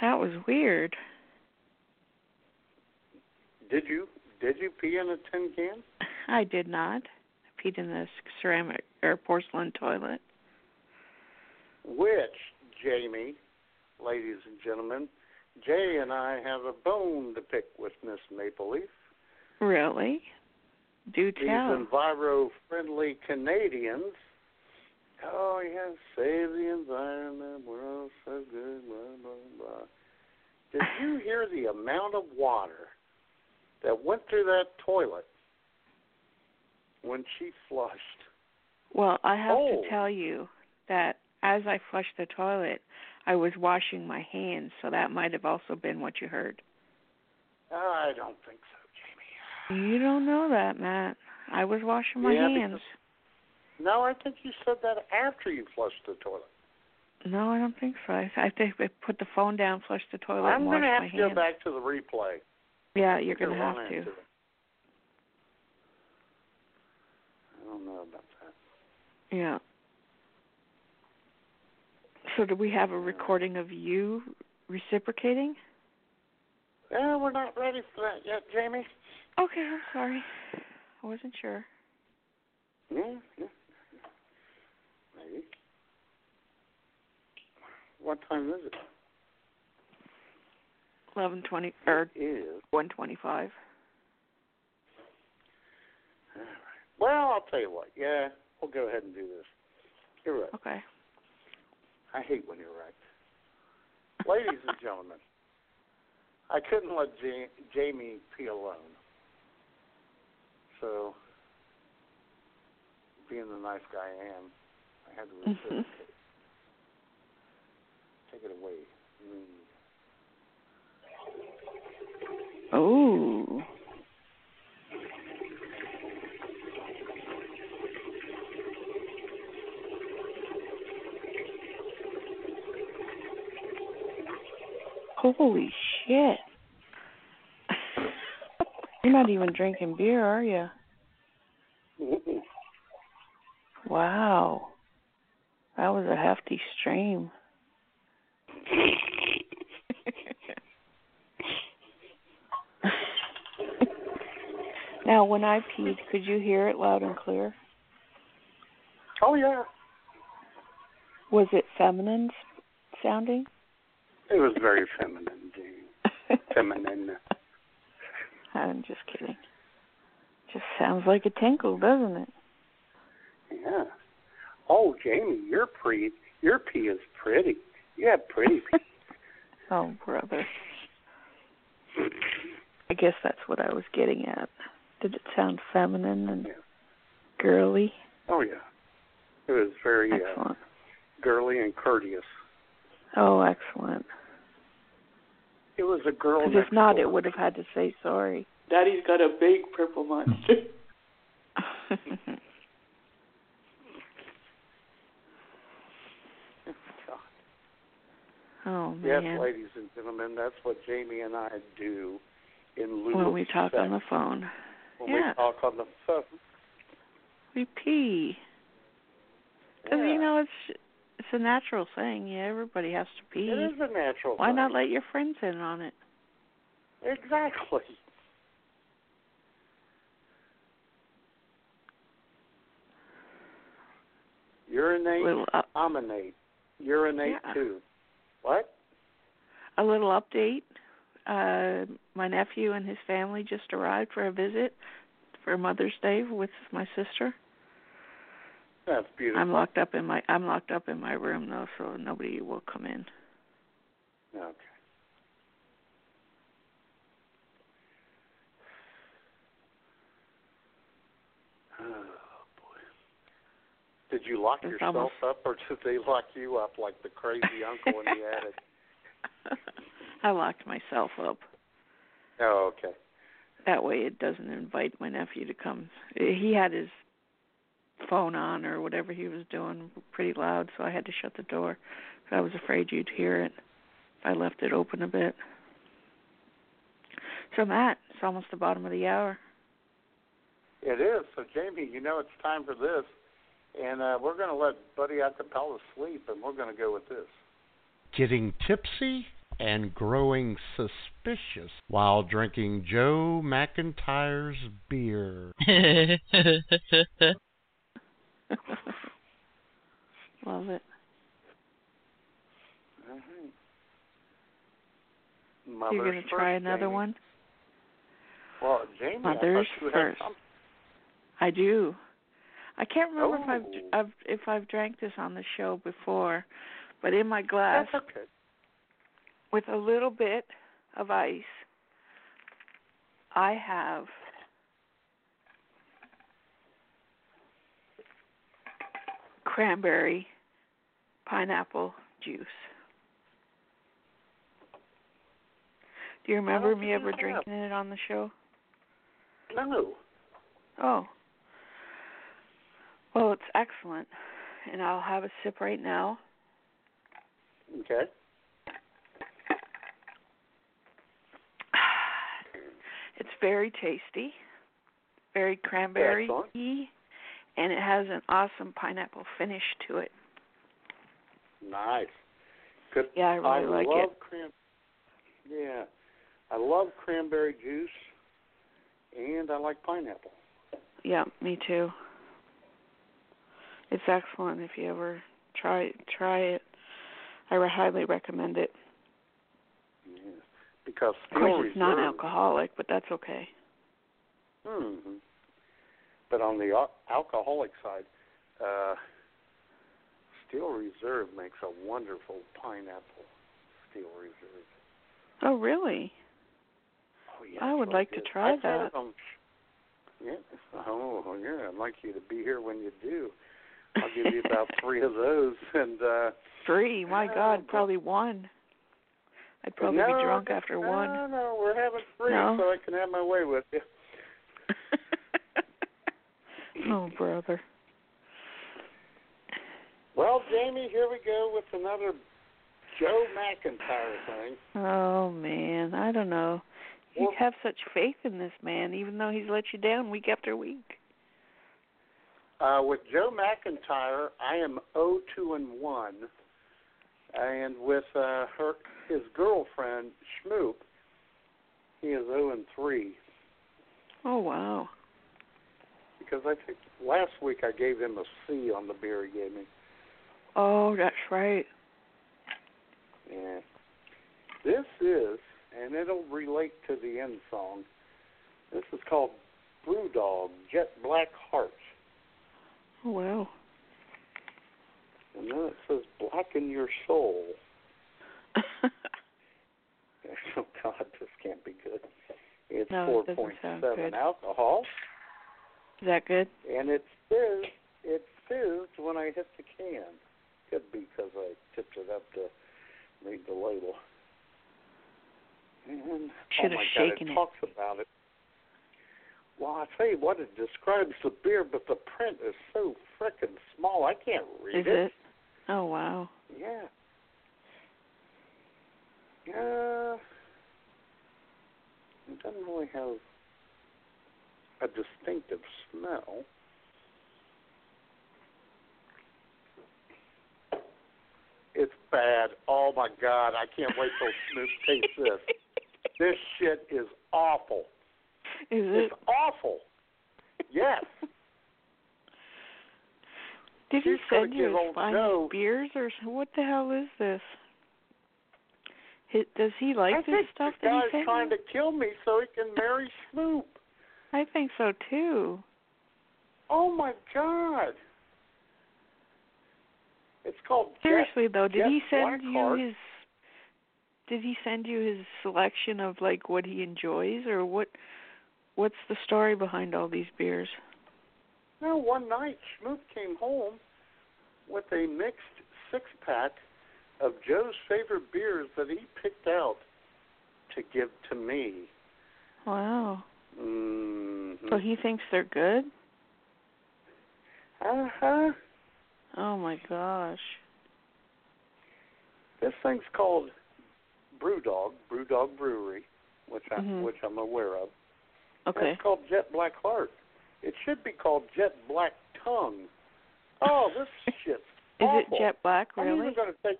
That was weird.
Did you did you pee in a tin can?
I did not. I peed in this ceramic or porcelain toilet.
Which Jamie, ladies and gentlemen, Jay and I have a bone to pick with Miss Maple Leaf.
Really? Do
These
tell.
enviro-friendly Canadians. Oh yes, save the environment. We're all so good. Blah blah blah. Did you hear the amount of water that went through that toilet when she flushed?
Well, I have
Oh.
to tell you that as I flushed the toilet, I was washing my hands, so that might have also been what you heard.
Oh, I don't think so.
You don't know that, Matt. I was washing my
Yeah,
hands.
No, I think you said that after you flushed the toilet.
No, I don't think so. I, I think I put the phone down, flushed the toilet,
I'm
and
going
washed
to
my
have to
hands.
go back to the replay.
Yeah,
You're
you're gonna have
lying
to.
it. I don't know about that.
Yeah. So do we have a recording of you reciprocating?
Yeah, we're not ready for that yet, Jamie.
Okay, I'm sorry. I wasn't sure.
Yeah, yeah. Maybe. What time is it?
Eleven twenty or
is
one twenty-five.
All right. Well, I'll tell you what. Yeah, we'll go ahead and do this. You're right.
Okay.
I hate when you're right. Ladies and gentlemen, I couldn't let ja- Jamie pee alone. So, being the nice guy I am, I had to
Mhm.
reciprocate. Take it away. Mm.
Oh. Holy shit. You're not even drinking beer, are you?
Mm-hmm.
Wow. That was a hefty stream. now, when I peed, could you hear it loud and clear?
Oh yeah,
Was it feminine sounding?
it was very feminine, Jamie. feminine.
I'm just kidding. Just sounds like a tinkle, doesn't it?
Yeah. Oh, Jamie, your pre your pee is pretty. You have pretty pee.
Oh, brother. I guess that's what I was getting at. Did it sound feminine and girly?
Oh yeah. It was very uh,
Excellent.
girly and courteous.
Oh, excellent.
It was a girl.
'Cause
next
if not,
door.
it would have had to say sorry.
Daddy's got a big purple
Mm-hmm.
monster.
oh
Yes,
man.
ladies and gentlemen, that's what Jamie and I do in lieu
when
of
we talk
sex.
on the phone,
When
yeah.
we talk on the phone.
we pee. Because you know it's it's a natural thing. Yeah, everybody has to pee.
It is a natural.
Why
thing.
not let your friends in on it?
Exactly. Urinate,
Little uh, up-
ominate, urinate
Yeah.
too. What?
a little update. Uh, my nephew and his family just arrived for a visit for Mother's Day with my sister.
That's beautiful.
I'm locked up in my I'm locked up in my room though, so nobody will come in.
Okay. Oh boy. Did you lock
It's
yourself
almost-
up, or did they lock you up like the crazy uncle in the attic?
I locked myself up.
Oh, okay.
That way, it doesn't invite my nephew to come. He had his phone on or whatever he was doing pretty loud, so I had to shut the door. 'cause I was afraid you'd hear it if I left it open a bit. So Matt, it's almost the bottom of the hour.
It is. So, Jamie, you know it's time for this. And uh, we're going to let Buddy Acapella sleep, and we're going to go with this.
Getting tipsy and growing suspicious while drinking Joe McIntyre's beer.
Love it.
All right.
You're
Mm-hmm. Mothers
gonna try
first,
another
Jamie.
one?
Well, Jamie,
Mothers
I thought you
first.
Had some-
I do. I can't remember if I've,
Oh.
dr- I've if I've drank this on the show before, but in my glass
That's okay.
with a little bit of ice, I have cranberry pineapple juice. Do you remember
don't
me
you
ever
have?
drinking it on the show?
No.
Oh. Well, it's excellent. And I'll have a sip right now.
Okay.
It's very tasty, very cranberry y, and it has an awesome pineapple finish to it.
Nice. Good.
Yeah, I really like
love
it.
Cran- yeah, I love cranberry juice, and I like pineapple.
Yeah, me too. It's excellent if you ever try try it. I re- highly recommend it.
Yeah. Because
Of course,
Steel
it's non
Reserve-
alcoholic, but that's okay.
hmm But on the al- alcoholic side, uh, Steel Reserve makes a wonderful pineapple Steel Reserve.
Oh, really?
Oh, yeah,
I
it's
would
really
like to
good.
try
I've had
that.
it on- yeah. Oh, yeah. I'd like you to be here when you do. I'll give you about three of those, and uh,
Three, my
Yeah,
God,
but-
probably one. I'd probably
No,
be drunk
no,
after one.
No, no, we're having three,
No?
so I can have my way with you.
oh, brother.
Well, Jamie, here we go with another Joe McIntyre thing.
Oh, man. I don't know. You
Well-
have such faith in this man, even though he's let you down week after week.
Uh, with Joe McIntyre, I am 0-2 and 1, and with uh, her his girlfriend Schmoop, he is 0 and 3
Oh, wow.
because I think last week I gave him a C on the beer he gave me.
Oh, that's right.
Yeah. This is, and it'll relate to the end song. This is called Brewdog Jet Black Heart.
Oh, wow.
And then it says Blacken Your Soul. Oh, God, this can't be good. It's
No, it doesn't sound
4.7
good.
alcohol.
Is that good?
And it fizzed, it fizzed when I hit the can. Could be because I tipped it up to read the label. And,
Should
oh
have
my
shaken
God,
it.
it talks about it. Well, I tell you what, it describes the beer, but the print is so frickin' small, I can't read
Is it? Oh, wow.
Yeah. Yeah. It doesn't really have a distinctive smell. It's bad. Oh my God! I can't wait till Snoop tastes this. This shit is awful.
Is it?
It's awful. Yes.
Did he
he's gonna
send you
give
his
old
finest
Joe-
beers or s- what the hell is this? Hi does he like
I
this
think
stuff
this
that
guy's
he sent
trying
you?
to kill me so he can marry Snoop.
I think so too.
Oh my God! It's called
Seriously though, did
Jeff
he send you
Blackheart.
his? Did he send you his selection of like what he enjoys or what? What's the story behind all these beers?
Jet. No, one night Schmoop came home with a mixed six pack of Joe's favorite beers that he picked out to give to me.
Wow.
hmm
So he thinks they're good.
Uh huh.
Oh my gosh.
This thing's called Brewdog, Brewdog Brewery, which I
Mhm.
which I'm aware of.
Okay.
It's called Jet Black Heart. It should be called Jet Black Tongue. Oh, this shit's
Is it
awful.
jet black
I'm
really?
even going to take.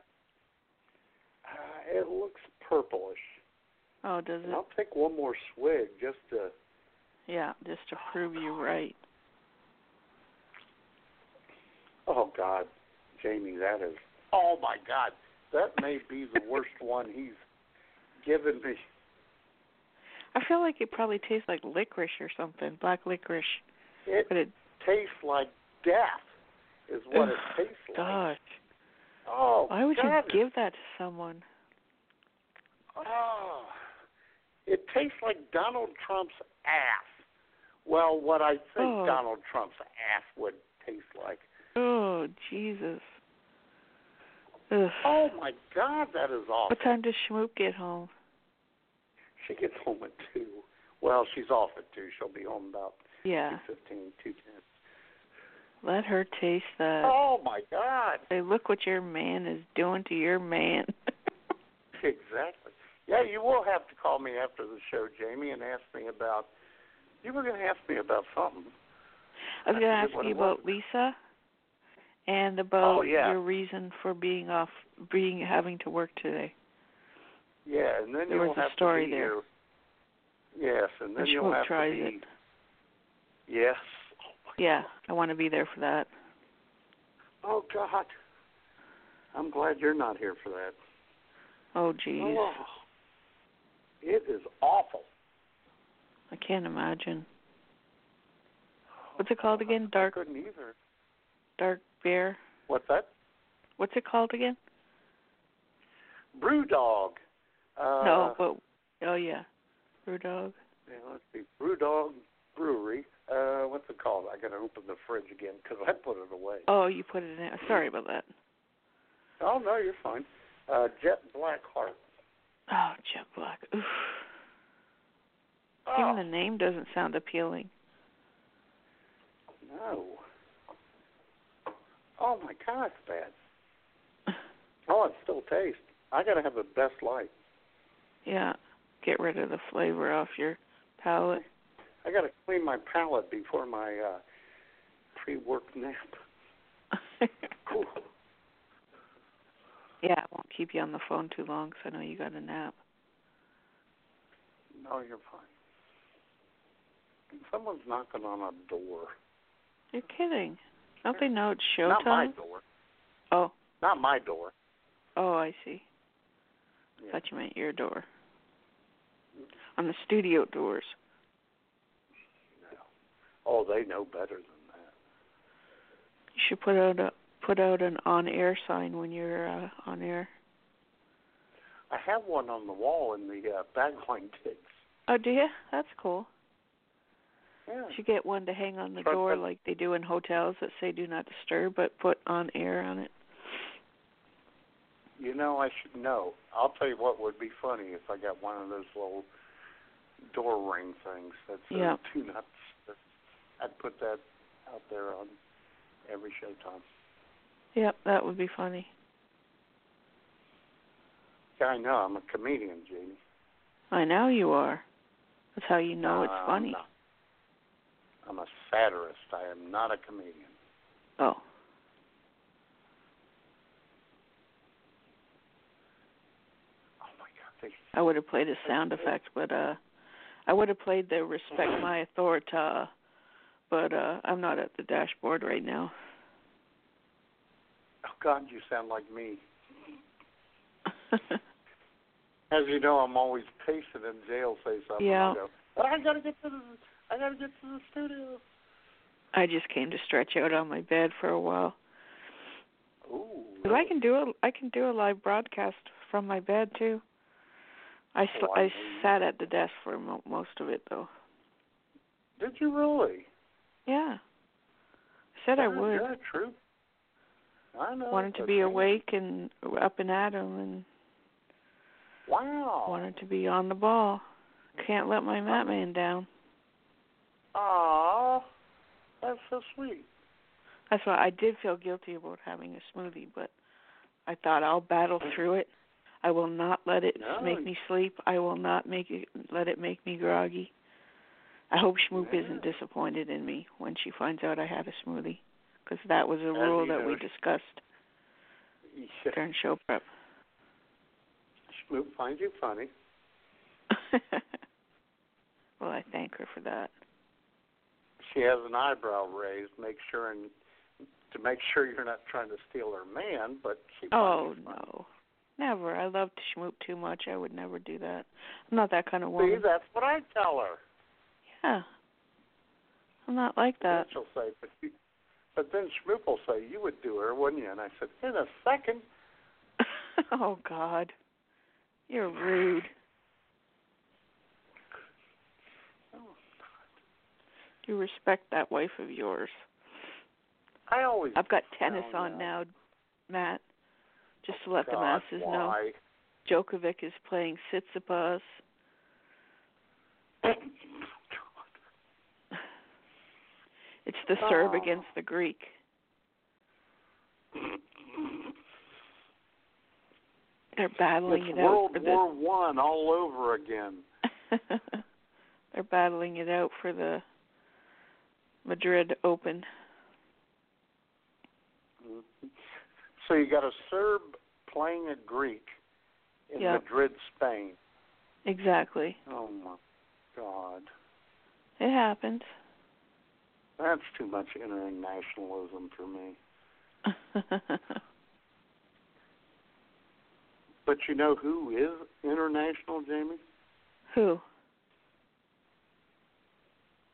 Uh, it looks purplish.
Oh, does
And
it?
I'll take one more swig just to.
Yeah, just to prove you right.
Oh God, Jamie, that is. Oh my God, that may be the worst one he's given me.
I feel like it probably tastes like licorice or something, black licorice.
It,
But it
tastes like death, is what it tastes like.
Gosh,
Oh,
why would
God,
you give that to someone?
Oh, it tastes like Donald Trump's ass. Well, what I think
Oh.
Donald Trump's ass would taste like.
Oh, Jesus. Ugh.
Oh my God, that is awful.
What time does Schmoop get home?
She gets home at two. Well, she's off at two. She'll be home about
Yeah,
two fifteen, two ten.
let her taste that.
oh my God.
Say, look what your man is doing to your man.
Exactly. Yeah, you will have to call me after the show, Jamie, and ask me about. You were going to ask me about something.
I was
I
going to
forget
ask
what
you
it was.
about Lisa and about
Oh, yeah.
your reason for being off, being having to work today.
Yeah, and then
There
you'll
was a
have to
story
be
there.
here. Yes, and then
And
you'll
Schmoop
have
tries
to be.
it.
Yes.
Yeah, I want to be there for that.
Oh God. I'm glad you're not here for that.
Oh, jeez,
Oh, it is awful.
I can't imagine. What's it called again? Dark,
Couldn't either.
dark beer.
What's that?
What's it called again?
Brew dog. Uh,
no, but oh yeah, Brewdog.
Yeah, let's see. Brewdog Brewery. Uh, what's it called? I gotta open the fridge again because I put it away.
Oh, you put it in. Sorry about that.
Oh no, you're fine. Uh, Jet Black Heart.
Oh, Jet Black. Oof.
Oh,
Even the name doesn't sound appealing.
no. Oh my God, it's bad. Oh, it still tastes. I gotta have a best light.
Yeah, get rid of the flavor off your palate.
I gotta clean my palate before my uh, pre-work nap. Cool.
yeah, it won't keep you on the phone too long, 'cause I know you got a nap.
No, you're fine. Someone's knocking on a door.
You're kidding. Don't they know it's
Not my
showtime?
door.
Oh,
Not my door.
oh, I see.
Yeah.
Thought you meant your door. On the studio doors.
Oh, they know better than that.
You should put out a put out an on-air sign when you're uh, on air.
I have one on the wall in the uh, bagline digs.
Oh, do you? That's cool.
Yeah.
You should get one to hang on the
Sure.
door like they do in hotels that say "Do not disturb," but put "on air" on it.
You know, I should know. I'll tell you what would be funny if I got one of those little door ring things that says
Yeah.
"Do not." disturb." I'd put that out there on every showtime.
Yep, that would be funny.
Yeah, I know. I'm a comedian, Jamie.
I know you are. That's how you know it's
Uh, I'm
funny.
not. I'm a satirist. I am not a comedian.
Oh,
Oh my God! They,
I would have played a sound effect, but uh, I would have played the "Respect My Authority," uh, but uh, I'm not at the dashboard right now.
oh God! You sound like me. As you know, I'm always pacing in jail, say something.
Yeah.
I go, I gotta get to the, I gotta get to the studio.
I just came to stretch out on my bed for a while.
Ooh.
'Cause I can do a I can do a live broadcast from my bed too. I sl-
Oh, I
I
know you
sat at the desk for mo- most of it though.
Did you really?
Yeah. I said I would.
Yeah, true. I know.
Wanted to
but
be
man,
awake and up and at 'em and
Wow.
wanted to be on the ball. Can't let my mat man down.
Aw, that's so sweet.
That's why I did feel guilty about having a smoothie, but I thought I'll battle through it. I will not let it
No.
make me sleep. I will not make it let it make me groggy. I hope Schmoop
Yeah.
isn't disappointed in me when she finds out I had a smoothie, because that was a rule
you
that we
know, she-
discussed
Yeah.
during show prep.
Smoot finds you funny.
well, I thank her for that.
She has an eyebrow raised. Make sure and to make sure you're not trying to steal her man, but she.
Oh
finds you funny.
no, never. I love to schmoop too much. I would never do that. I'm not that kind of
See,
woman.
that's what I tell her.
Yeah, I'm not like that.
She'll say, but you, but then Schmoop will say you would do her, wouldn't you? And I said, in a second.
oh God, you're rude. You respect that wife of yours.
I always.
I've got tennis
Oh,
on
no.
now, Matt. Just to let the
God,
masses know,
why?
Djokovic is playing Sitsipas. It's the Serb
Oh.
against the Greek. They're battling
It's
it out
World
for the
War One all over again.
they're battling it out for the Madrid Open.
So you got a Serb playing a Greek in
Yep.
Madrid, Spain.
Exactly.
Oh my God,
It happened.
that's too much internationalism for me. But you know who is international, Jamie?
Who?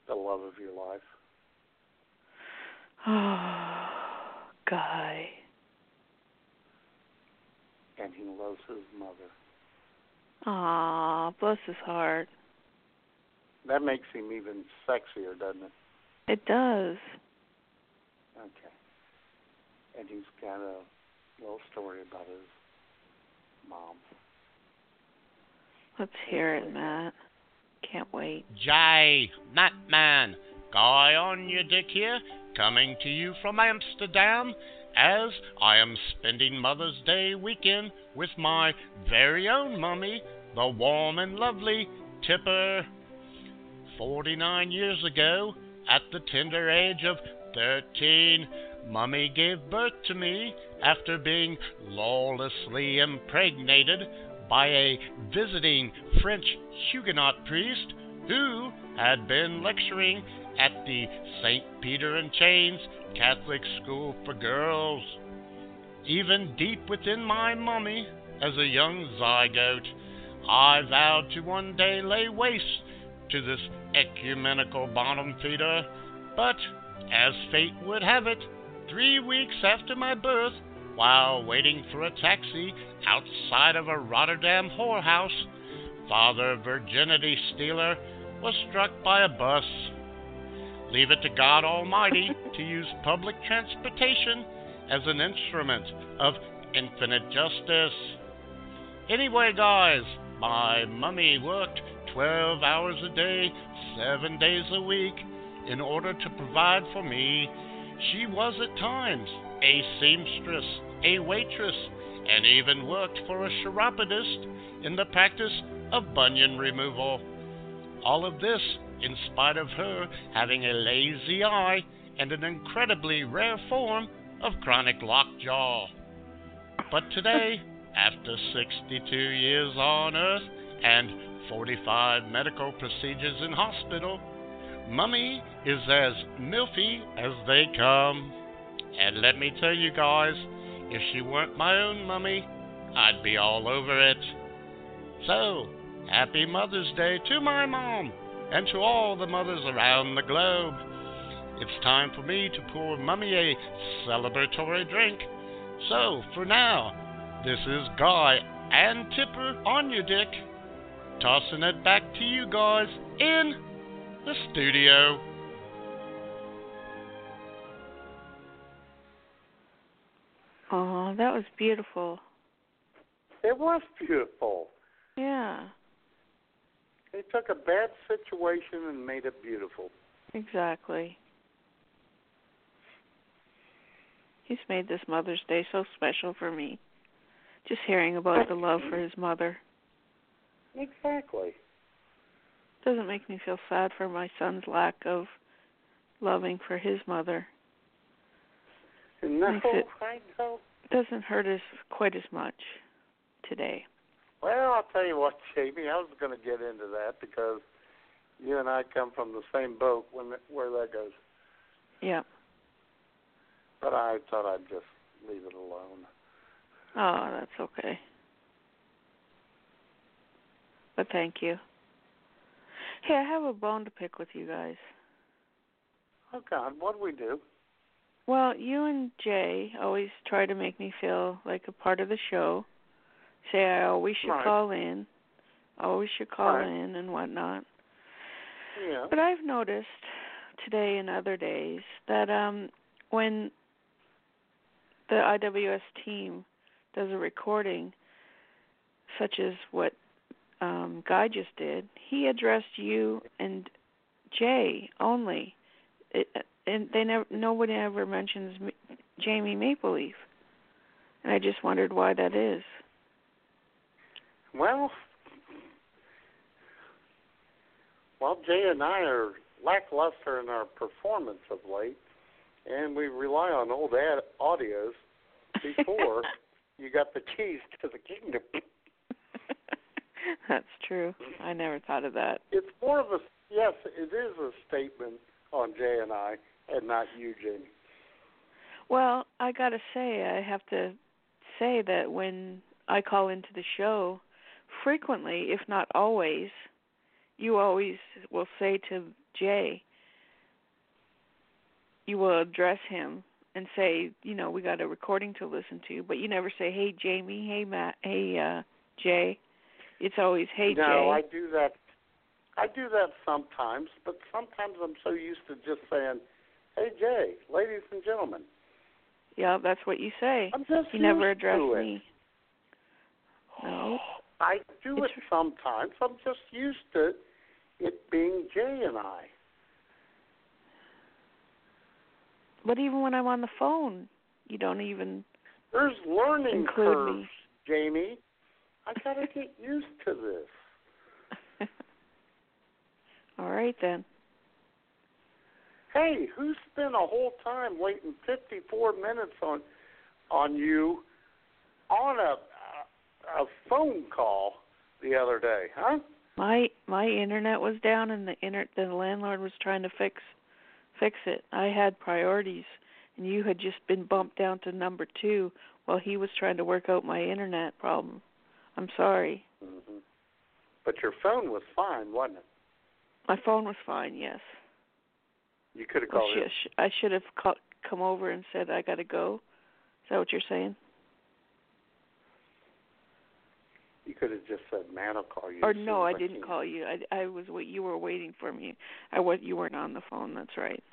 The love of your life.
Oh, guy.
and he loves his mother.
Aw, bless his heart.
That makes him even sexier, doesn't it?
It does.
Okay. And he's got a little story about his mom.
Let's hear it, Matt. Can't wait.
Jay, Matman, Guy on your dick here, coming to you from Amsterdam, as I am spending Mother's Day weekend with my very own mummy, the warm and lovely Tipper. 49 years ago, at the tender age of 13, Mummy gave birth to me after being lawlessly impregnated by a visiting French Huguenot priest who had been lecturing at the St. Peter and Chains Catholic School for Girls. Even deep within my mummy, as a young zygote, I vowed to one day lay waste to this ecumenical bottom feeder. But as fate would have it, three weeks after my birth, while waiting for a taxi outside of a Rotterdam whorehouse, Father Virginity Stealer was struck by a bus. Leave it to God Almighty to use public transportation as an instrument of infinite justice. Anyway, guys, my mummy worked 12 hours a day, 7 days a week, in order to provide for me. She was at times a seamstress, a waitress, and even worked for a chiropodist in the practice of bunion removal. All of this in spite of her having a lazy eye and an incredibly rare form of chronic lockjaw. But today, after 62 years on Earth and 45 medical procedures in hospital, Mummy is as milfy as they come. And let me tell you guys, if she weren't my own mummy, I'd be all over it. So, happy Mother's Day to my mom and to all the mothers around the globe. It's time for me to pour Mummy a celebratory drink. So, for now, this is Guy and Tipper on your dick, tossing it back to you guys in the studio.
Oh, that was beautiful.
It was beautiful.
Yeah,
They took a bad situation and made it beautiful.
exactly. He's made this Mother's Day so special for me. Just hearing about the love for his mother
Exactly.
doesn't make me feel sad for my son's lack of loving for his mother.
No,
Makes it-
I know.
It doesn't hurt us quite as much today.
Well, I'll tell you what, Jamie, I was going to get into that because you and I come from the same boat when where that goes.
Yeah.
But I thought I'd just leave it alone.
Oh, that's okay. But thank you. Hey, I have a bone to pick with you guys.
Oh God, what do we do?
Well, you and Jay always try to make me feel like a part of the show. Say I always should
Right.
call in, always should call
Right.
in and whatnot.
Yeah.
But I've noticed today and other days that um when the IWS team does a recording such as what um Guy just did, he addressed you and Jay only. It, and they never nobody ever mentions M- Jamie Maple Leaf. And I just wondered why that is.
Well, well, Jay and I are lackluster in our performance of late, and we rely on old ad- audios before you got the keys to the kingdom.
That's true. I never thought of that.
It's more of a yes, it is a statement on Jay and I, and not you, Jamie.
Well, I gotta say, I have to say that when I call into the show, frequently, if not always, you always will say to Jay, you will address him and say, you know, we got a recording to listen to, but you never say, hey Jamie, hey Matt, hey uh, Jay. It's always, hey
no,
Jay.
I do that. I do that sometimes, but sometimes I'm so used to just saying, "Hey, Jay, ladies and gentlemen."
yeah, that's what you say.
I'm just
you never
used to
address
it.
me. No.
I do it sometimes. I'm just used to it being Jay and I.
But even when I'm on the phone, you don't even
There's learning
Include
curves,
me.
Jamie. I gotta get used to this.
All right then.
Hey, who spent a whole time waiting 54 minutes on on you on a a phone call the other day, huh?
My my internet was down and the inter the landlord was trying to fix fix it. I had priorities and you had just been bumped down to number 2 while he was trying to work out my internet problem. I'm sorry.
hmm But your phone was fine, wasn't it?
My phone was fine, yes.
You could have
I
called
should,
it.
I should have ca- come over and said I got to go. Is that what you're saying?
You could have just said, "Man, I'll call you."
or
as soon
no, I
as
didn't
can."
call you. I I was wait you were waiting for me. I was you weren't on the phone, that's right.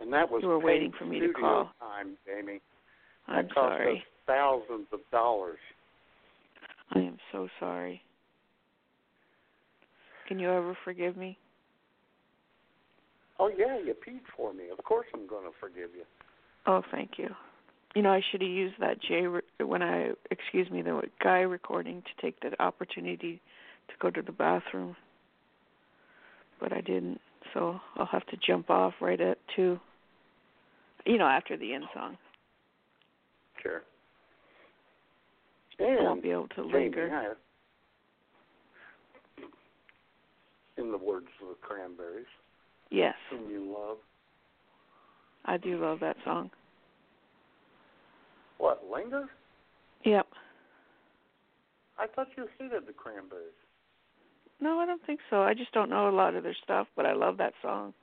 And that was
You were
paid
waiting for me to
studio
call.
time, Jamie.
I'm
that cost us
sorry.
thousands of dollars.
I am so sorry. Can you ever forgive me?
Oh yeah, you peed for me. Of course I'm going to forgive you.
Oh, thank you. You know, I should have used that Jay re- when I, excuse me, the guy recording to take the opportunity to go to the bathroom. But I didn't, so I'll have to jump off right at two. You know, after the end song,
Sure.
I
And
won't be able to linger.
Jamie, I- in the words of the Cranberries,
Yes,
whom you love.
I do love that song.
What linger?
Yep.
I thought you hated the Cranberries.
No, I don't think so. I just don't know a lot of their stuff, but I love that song.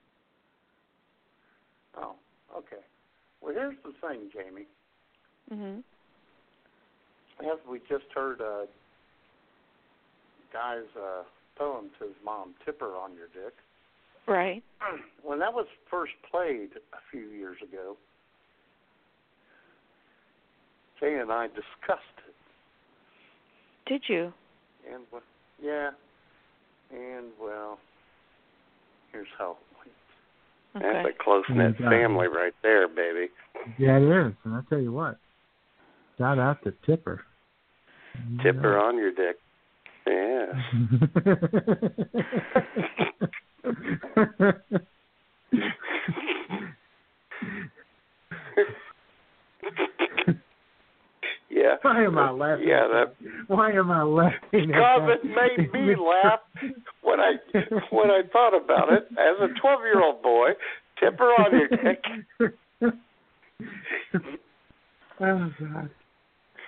Oh, okay. Well, here's the thing, Jamie.
Mhm.
As we just heard uh, Guy's uh, poem to his mom, Tipper on your dick.
Right.
when that was first played a few years ago, Jay and I discussed it,
Did you?
and well, yeah, and well, here's how.
Okay.
a close
knit family
right there, baby.
Yeah, it is. And I tell you what, shout out to Tipper.
Tipper on your dick. Yeah. yeah, yeah.
yeah, Why am I laughing?
Yeah, that-
Why am I laughing?
Because it made me laugh when I when I thought about it as a twelve year old boy. Tip her on your dick.
laugh. oh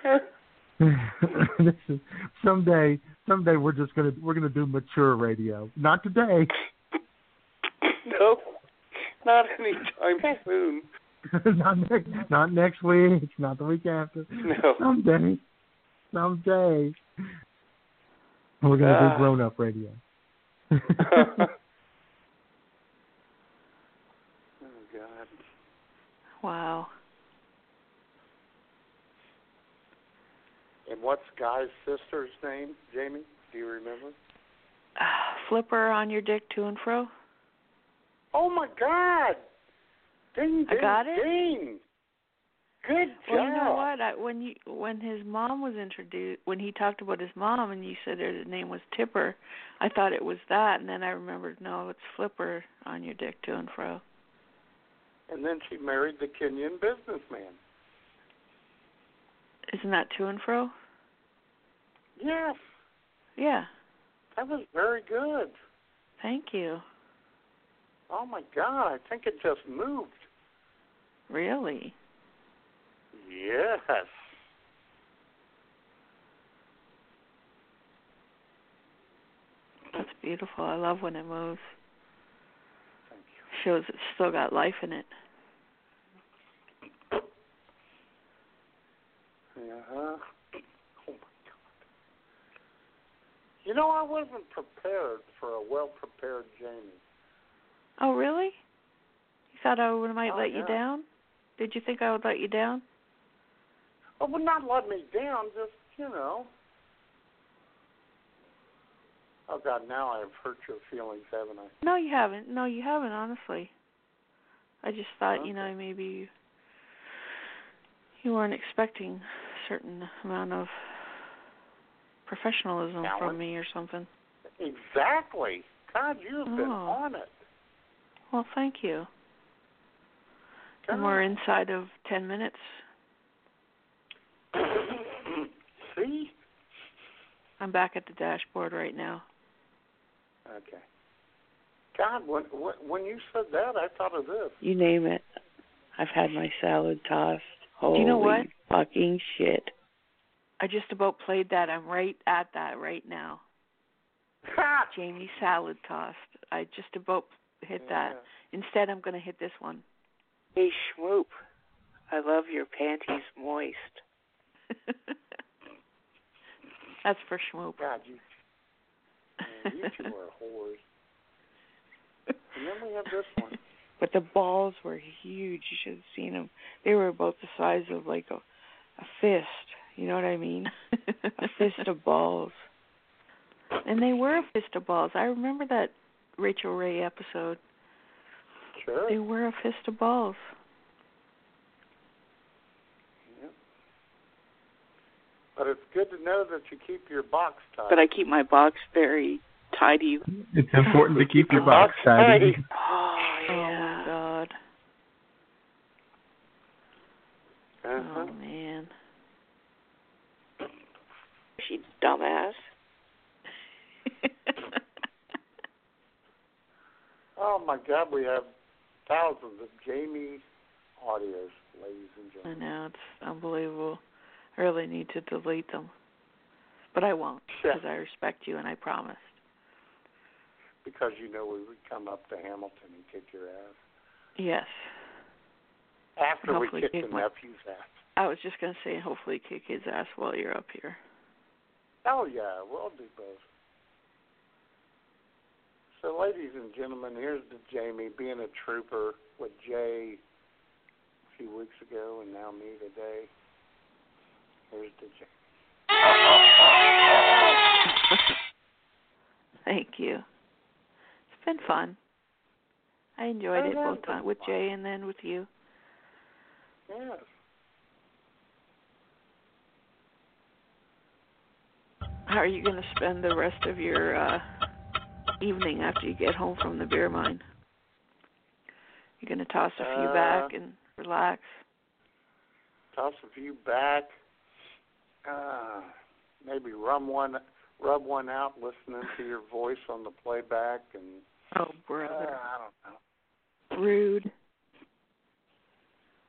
God. this is someday someday we're just gonna we're gonna do mature radio. Not today.
no, not anytime soon.
not next not next week, not the week after.
No.
Someday. Someday. We're gonna
Ah.
do grown up radio.
Oh God.
Wow.
And what's Guy's sister's name, Jamie? Do you remember?
Ah, Flipper on your dick to and fro.
Oh my God! Ding,
I
ding,
got it?
ding! Good
Well, you know
job.
what? I, when you when his mom was introduced, when he talked about his mom, and you said her name was Tipper, I thought it was that, and then I remembered, no, it's Flipper on your dick to and fro.
And then she married the Kenyan businessman.
Isn't that to and fro?
Yes,
Yeah.
that was very good.
Thank you.
Oh my God! I think it just moved.
Really?
Yes.
That's beautiful. I love when it moves.
Thank you.
Shows it's still got life in it.
Uh-huh. Oh my God. You know, I wasn't prepared for a well prepared Jamie.
Oh, really? You thought I would, might
Oh,
let
yeah.
you down? Did you think I would let you down?
Oh, but not let me down, just, you know. Oh God, now I've hurt your feelings, haven't I?
No, you haven't. No, you haven't, honestly. I just thought,
Okay.
you know, maybe you, you weren't expecting a certain amount of professionalism
Talent?
from me or something.
Exactly. God, you've been
Oh.
on it.
Well, thank you.
God.
And we're inside of 10 minutes.
See?
I'm back at the dashboard right now.
Okay. God, when when- when you said that, I thought of this.
You name it. I've had my salad tossed. Holy
you know what?
fucking shit.
I just about played that. I'm right at that right now. Jamie Salad Tossed. I just about hit that. Instead, I'm going to hit this one.
Hey, Schmoop. I love your panties moist.
That's for Schmoop.
God, you, man, you two are whores. And then we have this one.
But the balls were huge. You should have seen them. They were about the size of like a, a fist. You know what I mean? a fist of balls.
And they were a fist of balls. I remember that Rachel Ray episode.
Sure.
They were a fist of balls.
Yep. But it's good to know that you keep your box tight.
But I keep my box very tidy.
It's important to keep your box tidy.
Oh,
Oh
yeah.
my god.
Uh-huh.
Oh man.
She dumbass.
Oh my God, we have thousands of Jamie audios, ladies and
I
gentlemen.
know it's unbelievable. I really need to delete them, but I won't
Yeah.
because I respect you and I promised.
Because you know we would come up to Hamilton and kick your ass
Yes.
after
Hopefully
we kick
kick
the
my-
nephew's ass.
I was just gonna say, hopefully, kick his ass while you're up here.
Oh yeah, we'll do both. So, ladies and gentlemen, here's the Jamie being a trooper with Jay a few weeks ago, and now me today. Here's the Jamie.
Thank you. It's been fun. I enjoyed
It
it
has
both
been
on, with
Oh, fun.
Jay and then with you.
Yes.
How are you going to spend the rest of your uh evening after you get home from the beer mine? You're going to toss a few
Uh,
back and relax.
Toss a few back, uh, maybe rub one rub one out listening to your voice on the playback and
Oh, brother.
uh, I don't know. uh,
Rude.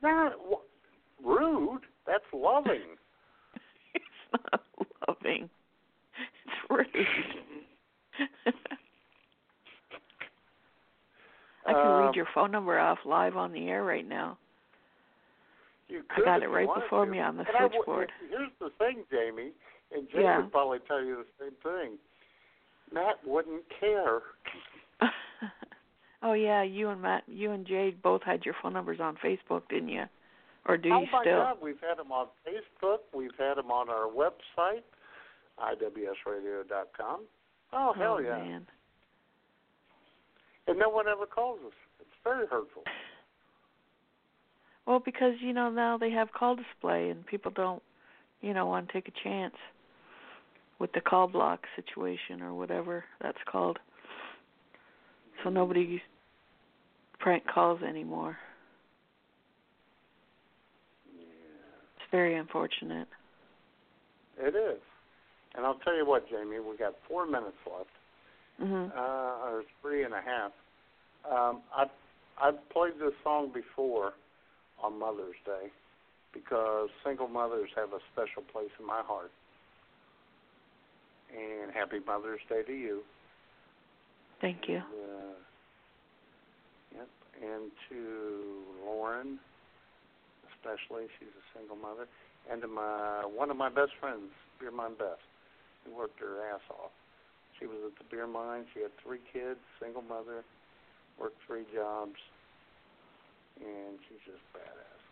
That wh- rude. That's loving.
It's not loving. It's rude. I can
Um,
read your phone number off live on the air right now.
You
I
could
got
if
it
you
right
wanted
before
to.
me on the
And I w-
switchboard.
here's the thing, Jamie, and Jay
Yeah.
would probably tell you the same thing. Matt wouldn't care.
oh yeah, you and Matt, you and Jade both had your phone numbers on Facebook, didn't you? Or do
oh
you
my
still?
God, we've had him on Facebook. We've had him on our website, iwsradio.com. Oh hell yeah!
man.
And no one ever calls us. It's very hurtful.
Well, because you know now they have call display and people don't, you know, want to take a chance with the call block situation or whatever that's called. So nobody prank calls anymore. It's very unfortunate.
It is. And I'll tell you what, Jamie, we got four minutes left.
Mhm.
uh, or three and a half. Um, I I played this song before on Mother's Day because single mothers have a special place in my heart. And happy Mother's Day to you.
Thank you.
And, uh, yep, and to Lauren, especially she's a single mother, and to my one of my best friends, Beer Mine Beth, who worked her ass off. She was at the beer mine. She had three kids, single mother, worked three jobs, and she's just badass.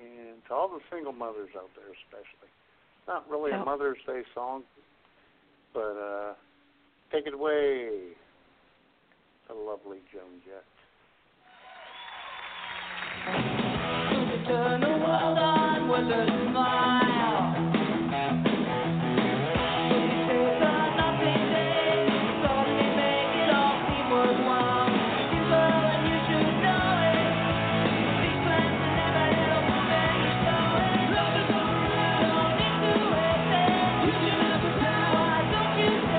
And to all the single mothers out there, especially, it's not really
Oh.
a Mother's Day song, but uh, take it away, the lovely Joan Jett.
Turn the world on with a smile. These days are nothing days, so we make it all seem worthwhile. Simple and you should know it. These plans are never little things, so love is all around. Don't need to wait there. You should have it now. Why don't you take it?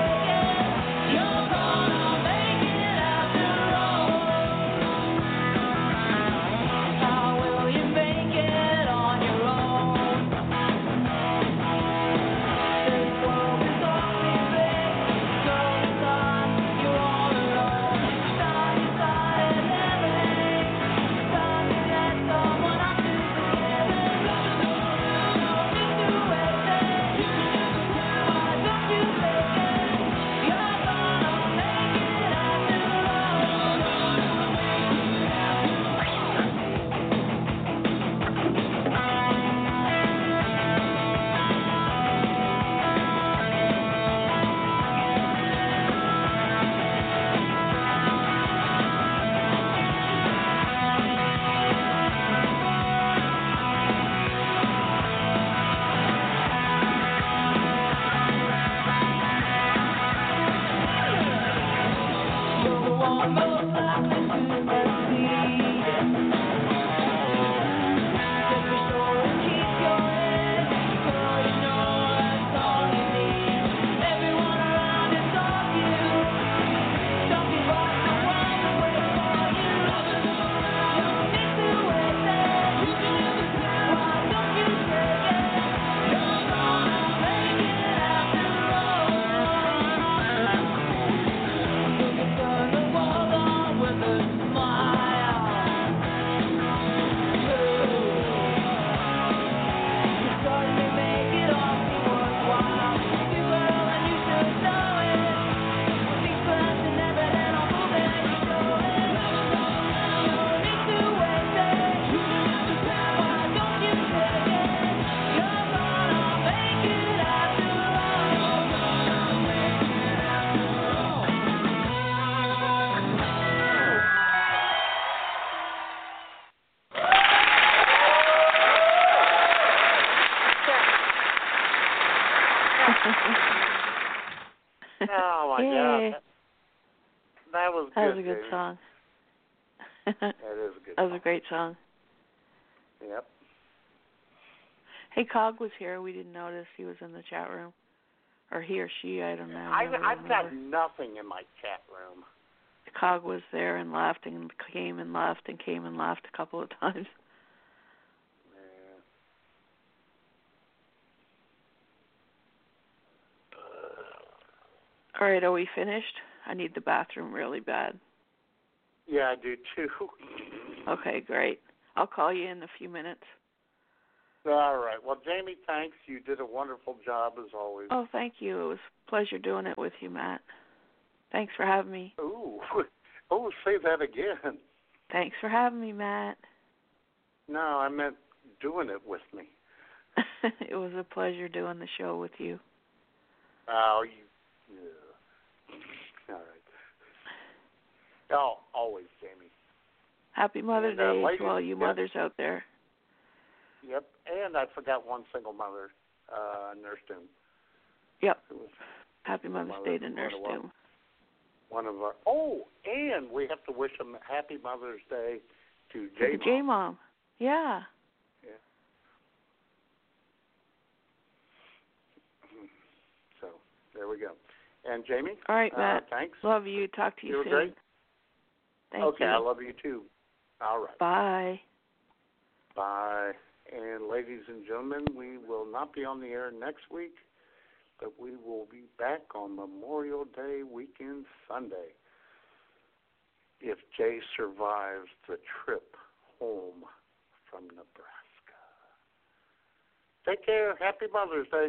You're gonna make it after all. How will you make it on your own? This world is all we live. So it's on, you're all alone. Start inside heaven. It's time to let someone else do the killing. Love is all around, it's too late. You can have it now, why don't you take it? You're gonna make it after all.
Oh my
Yay.
God, that, that was
That was a
good.
good
Jamie.
song. that
That is a good.
was a great song.
Yep.
Hey, Cog was here. We didn't notice he was in the chat room, or he or she. I don't know.
I,
never
I've got
remember.
nothing in my chat room.
Cog was there and left and came and left and came and left a couple of times. All right, are we finished? I need the bathroom really bad.
Yeah, I do too.
Okay, great. I'll call you in a few minutes.
All right. Well, Jamie, thanks. You did a wonderful job as always.
Oh, thank you. It was a pleasure doing it with you, Matt. Thanks for having me.
Ooh. Oh, say that again.
Thanks for having me, Matt.
No, I meant doing it with me.
it was a pleasure doing the show with you.
Oh, you. Yeah. All right. Oh, always, Jamie.
Happy Mother's
And, uh,
Day
ladies-
to all you
yeah.
mothers out there.
Yep. And I forgot one single mother, uh, Nurse Doom.
Yep.
It was
Happy Mother's
Mother-
Day to Nurse
Mother-
Doom.
one of our. Oh, and we have to wish them Happy Mother's Day to Jamie.
J Mom. Yeah.
So there we go. And Jamie.
All right,
uh,
Matt.
thanks.
Love you. Talk to you,
You were
soon.
great.
Thank
okay,
you.
I love you too. All right.
Bye.
Bye. And ladies and gentlemen, we will not be on the air next week, but we will be back on Memorial Day weekend Sunday. If Jay survives the trip home from Nebraska. Take care. Happy Mother's Day.